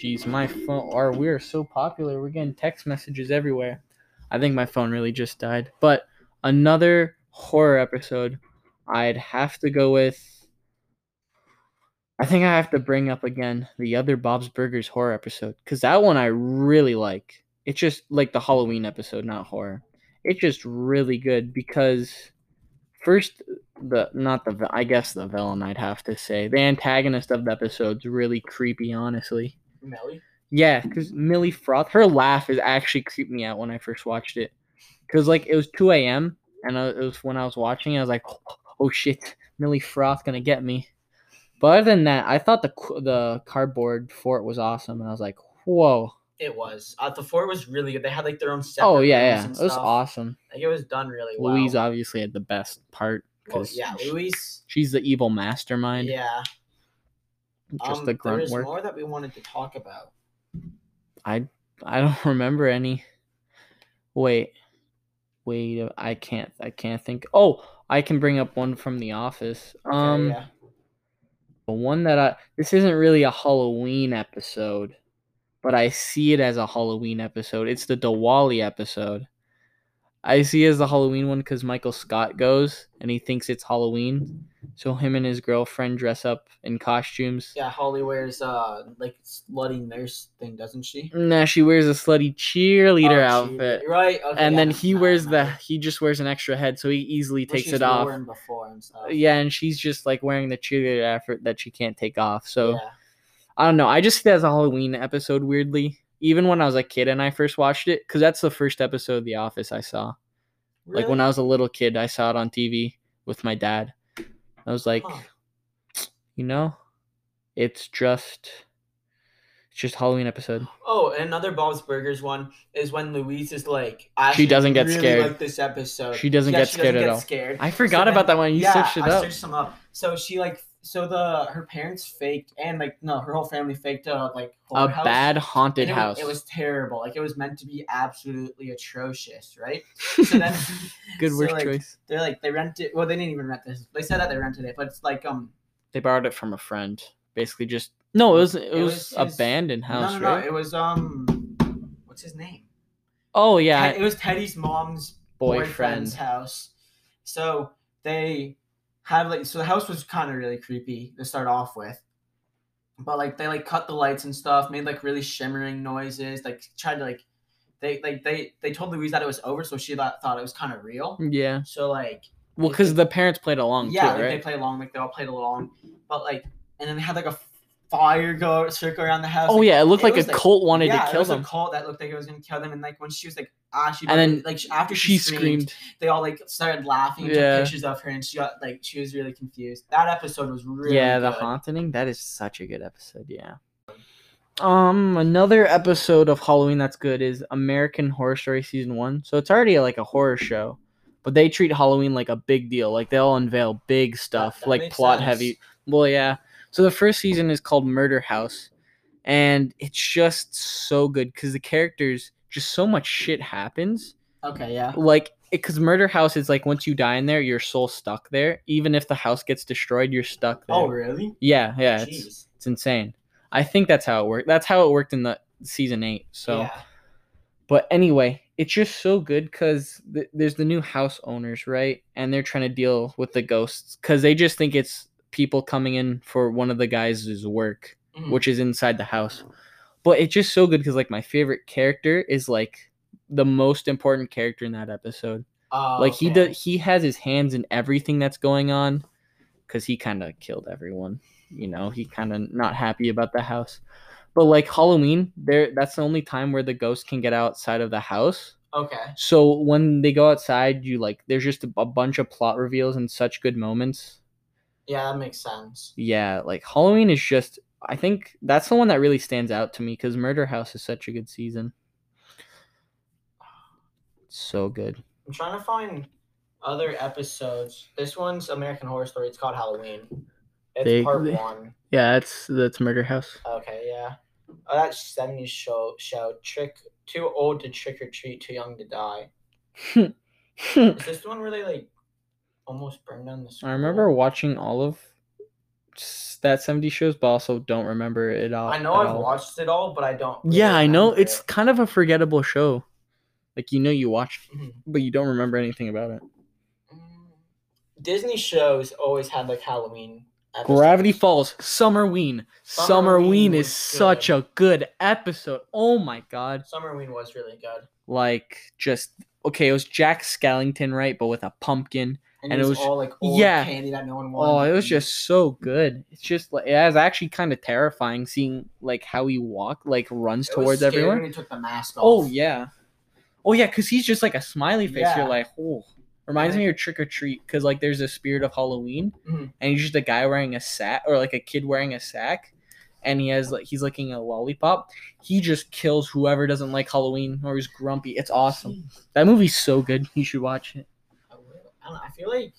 S1: Jeez, my phone or we are so popular. We're getting text messages everywhere. I think my phone really just died. But another horror episode I'd have to go with I think I have to bring up again the other Bob's Burgers horror episode cuz that one I really like. It's just like the Halloween episode, not horror. It's just really good because first the not the vi- I guess the villain I'd have to say. The antagonist of the episode's really creepy, honestly.
S2: Millie.
S1: Yeah, because Millie Froth, her laugh is actually creeped me out when I first watched it. Because, like, it was 2 a.m., and I, it was when I was watching, I was like, oh shit, Millie Froth gonna get me. But other than that, I thought the, qu- the cardboard fort was awesome, and I was like, whoa.
S2: It was. Uh, the fort was really good. They had like their own. Separate
S1: Oh, yeah,
S2: rooms
S1: yeah.
S2: and
S1: It was
S2: stuff.
S1: awesome.
S2: Like it was done really well.
S1: Louise obviously had the best part
S2: Well,
S1: because
S2: yeah, Louise.
S1: she's the evil mastermind.
S2: Yeah.
S1: Just
S2: um,
S1: the
S2: there
S1: grunt
S2: was
S1: work.
S2: more that we wanted to talk about.
S1: I don't remember any. Wait, wait. uh, I can't. I can't think. Oh, I can bring up one from The Office.
S2: Okay,
S1: Um,
S2: yeah.
S1: the one that I. This isn't really a Halloween episode, but I see it as a Halloween episode. It's the Diwali episode. I see it as the Halloween one because Michael Scott goes and he thinks it's Halloween. So him and his girlfriend dress up in costumes.
S2: Yeah, Holly wears uh like slutty nurse thing, doesn't she?
S1: Nah, she wears a slutty cheerleader
S2: Oh, she-
S1: outfit.
S2: right? okay,
S1: and
S2: yeah,
S1: then he
S2: nah,
S1: wears
S2: nah.
S1: the he just wears an extra head, so he easily
S2: Well,
S1: takes
S2: she's
S1: it off.
S2: worn Before and stuff.
S1: Yeah, and she's just like wearing the cheerleader outfit that she can't take off. So
S2: Yeah.
S1: I don't know. I just see that as a Halloween episode. Weirdly, even when I was a kid and I first watched it, because that's the first episode of The Office I saw. Like when I was a little kid, I saw it on TV with my dad. I was like,
S2: Huh.
S1: you know, it's just, it's just Halloween episode.
S2: Oh, and another Bob's Burgers one is when Louise is like, I
S1: She doesn't get
S2: really
S1: scared.
S2: Like this episode,
S1: She doesn't
S2: Yeah,
S1: get
S2: she
S1: scared
S2: doesn't
S1: at
S2: get
S1: all.
S2: Scared.
S1: I
S2: So
S1: forgot
S2: then-
S1: about that one. You
S2: yeah,
S1: searched it
S2: I
S1: up.
S2: searched them up. So she like, so the her parents faked and like no, her whole family faked out like
S1: a
S2: horror house.
S1: bad haunted
S2: And it wa-
S1: house.
S2: It was terrible. Like it was meant to be absolutely atrocious, right? So then
S1: Good
S2: so,
S1: word
S2: like,
S1: choice.
S2: they're like they rented. Well, they didn't even rent this. They said that they rented it, but it's like um
S1: They borrowed it from a friend. Basically, just no. It was it,
S2: It
S1: was,
S2: was his-
S1: abandoned house,
S2: no no no.
S1: right?
S2: It was um what's his name?
S1: oh yeah,
S2: Ted- it was Teddy's mom's boyfriend's
S1: boyfriend.
S2: house. So they have like so the house was kind of really creepy to start off with. But like they like cut the lights and stuff, made like really shimmering noises, like tried to like they like they they told Louise that it was over, so she thought, thought it was kind of real.
S1: Yeah,
S2: So like
S1: well, because the parents played along
S2: yeah,
S1: Mm. too,
S2: like, they
S1: right?
S2: played along, like they all played along. But like and then they had like a fire go circle around the house.
S1: Oh
S2: like,
S1: yeah, it looked
S2: it
S1: like a
S2: was, like-
S1: cult wanted
S2: yeah,
S1: to
S2: it
S1: kill
S2: was
S1: them.
S2: a cult that looked like it was gonna kill them, and like when she was like, ah, she
S1: And then
S2: like after
S1: she
S2: screamed
S1: screamed.
S2: they all like started laughing and took
S1: Yeah.
S2: pictures of her and she got like she was really confused that episode was really
S1: yeah, the
S2: good.
S1: haunting. That is such a good episode. Yeah. Um, another episode of Halloween that's good is American Horror Story season one. So it's already like a horror show, but they treat Halloween like a big deal. Like they all unveil big stuff,
S2: that
S1: like
S2: makes
S1: plot
S2: sense.
S1: heavy. Well, yeah. So the first season is called Murder House, and it's just so good because the characters just so much shit happens
S2: okay yeah
S1: like because murder house is like once you die in there your soul's stuck there even if the house gets destroyed you're stuck there
S2: oh really
S1: yeah yeah it's,
S2: Jeez.
S1: it's insane i think that's how it worked that's how it worked in the season eight so
S2: yeah.
S1: but anyway it's just so good because th- there's the new house owners right and they're trying to deal with the ghosts because they just think it's people coming in for one of the guys' work
S2: Mhm.
S1: which is inside the house. But it's just so good because like my favorite character is like the most important character in that episode.
S2: Oh,
S1: like he
S2: okay.
S1: does, he has his hands in everything that's going on, because he kind of killed everyone. You know, he kind of not happy about the house. But like Halloween, there that's the only time where the ghost can get outside of the house.
S2: okay
S1: So when they go outside, you like there's just a, a bunch of plot reveals and such good moments.
S2: yeah that makes sense
S1: Yeah, like Halloween is just I think that's the one that really stands out to me because Murder House is such a good season. So good.
S2: i'm trying to find other episodes this one's american horror story it's called halloween it's
S1: They-
S2: part
S1: they-
S2: one
S1: Yeah, that's that's Murder House.
S2: okay yeah oh, that 70s show show trick too old to trick or treat too young to die is this the one where they like almost burned down the school
S1: I remember watching all of s- that 70 shows, but also don't remember it all.
S2: I know
S1: at
S2: I've
S1: all.
S2: watched it all, but I don't. really
S1: Yeah, I know.
S2: remember
S1: It's
S2: it.
S1: kind of a forgettable show. Like you know you watched
S2: Mhm.
S1: but you don't remember anything about it.
S2: Mm. Disney shows always had like Halloween. episodes.
S1: Gravity Falls, Summerween. Summerween
S2: Summerween
S1: is
S2: was
S1: such
S2: good.
S1: a good episode. Oh my god.
S2: Summerween was really good,
S1: like just okay, it was Jack Skellington, right? But with a pumpkin.
S2: and,
S1: And
S2: it
S1: it
S2: was,
S1: was-
S2: all like old
S1: yeah.
S2: candy that no one
S1: Oh,
S2: wanted.
S1: it was
S2: to eat.
S1: just so good. It's just like it was actually kind of terrifying seeing like how he walk, like runs
S2: It was
S1: towards
S2: scary
S1: everyone.
S2: when he took the mask off.
S1: Oh yeah, oh yeah, because he's just like a smiley face.
S2: Yeah.
S1: You're like, oh, reminds
S2: Yeah.
S1: me of Trick or Treat because like there's a spirit of Halloween,
S2: Mhm.
S1: and he's just a guy wearing a sack or like a kid wearing a sack. And he has like he's licking a lollipop. He just kills whoever doesn't like Halloween or is grumpy. It's awesome.
S2: Jeez.
S1: That movie's so good. You should watch it.
S2: I will- I, don't know, I feel like,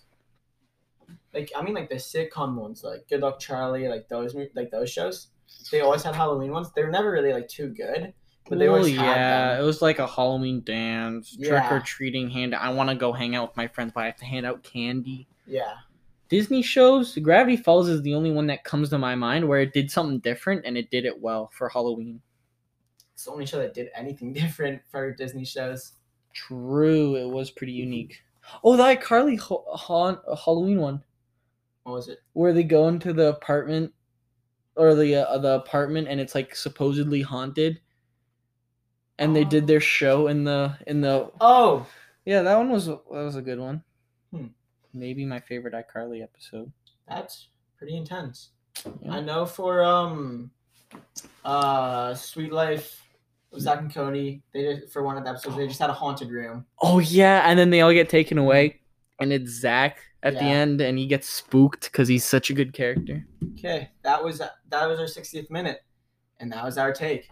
S2: like I mean, like the sitcom ones, like Good Luck Charlie, like those, mo- like those shows. They always had Halloween ones. They were never really like too good, but they
S1: Well,
S2: always had
S1: yeah,
S2: them.
S1: it was like a Halloween dance,
S2: Yeah.
S1: trick or treating hand. I want to go hang out with my friends, but I have to hand out candy.
S2: Yeah,
S1: Disney shows, Gravity Falls is the only one that comes to my mind where it did something different and it did it well for Halloween.
S2: It's the only show that did anything different for Disney shows.
S1: True, it was pretty unique. Oh, that iCarly ho- ha- Halloween one
S2: What was it?
S1: where they go into the apartment or the uh, the apartment and it's like supposedly haunted. And they did their show in the in the
S2: Oh,
S1: yeah that one was that was a good one.
S2: Hmm.
S1: Maybe my favorite iCarly episode.
S2: that's pretty intense.
S1: Yeah.
S2: I know for um, uh, Sweet Life, Zach and Cody. They did for one of the episodes. They just had a haunted room.
S1: Oh yeah, and then they all get taken away, and it's Zach at the
S2: Yeah.
S1: end, and he gets spooked because he's such a good character.
S2: Okay, that was that was our 60th minute, and that was our take.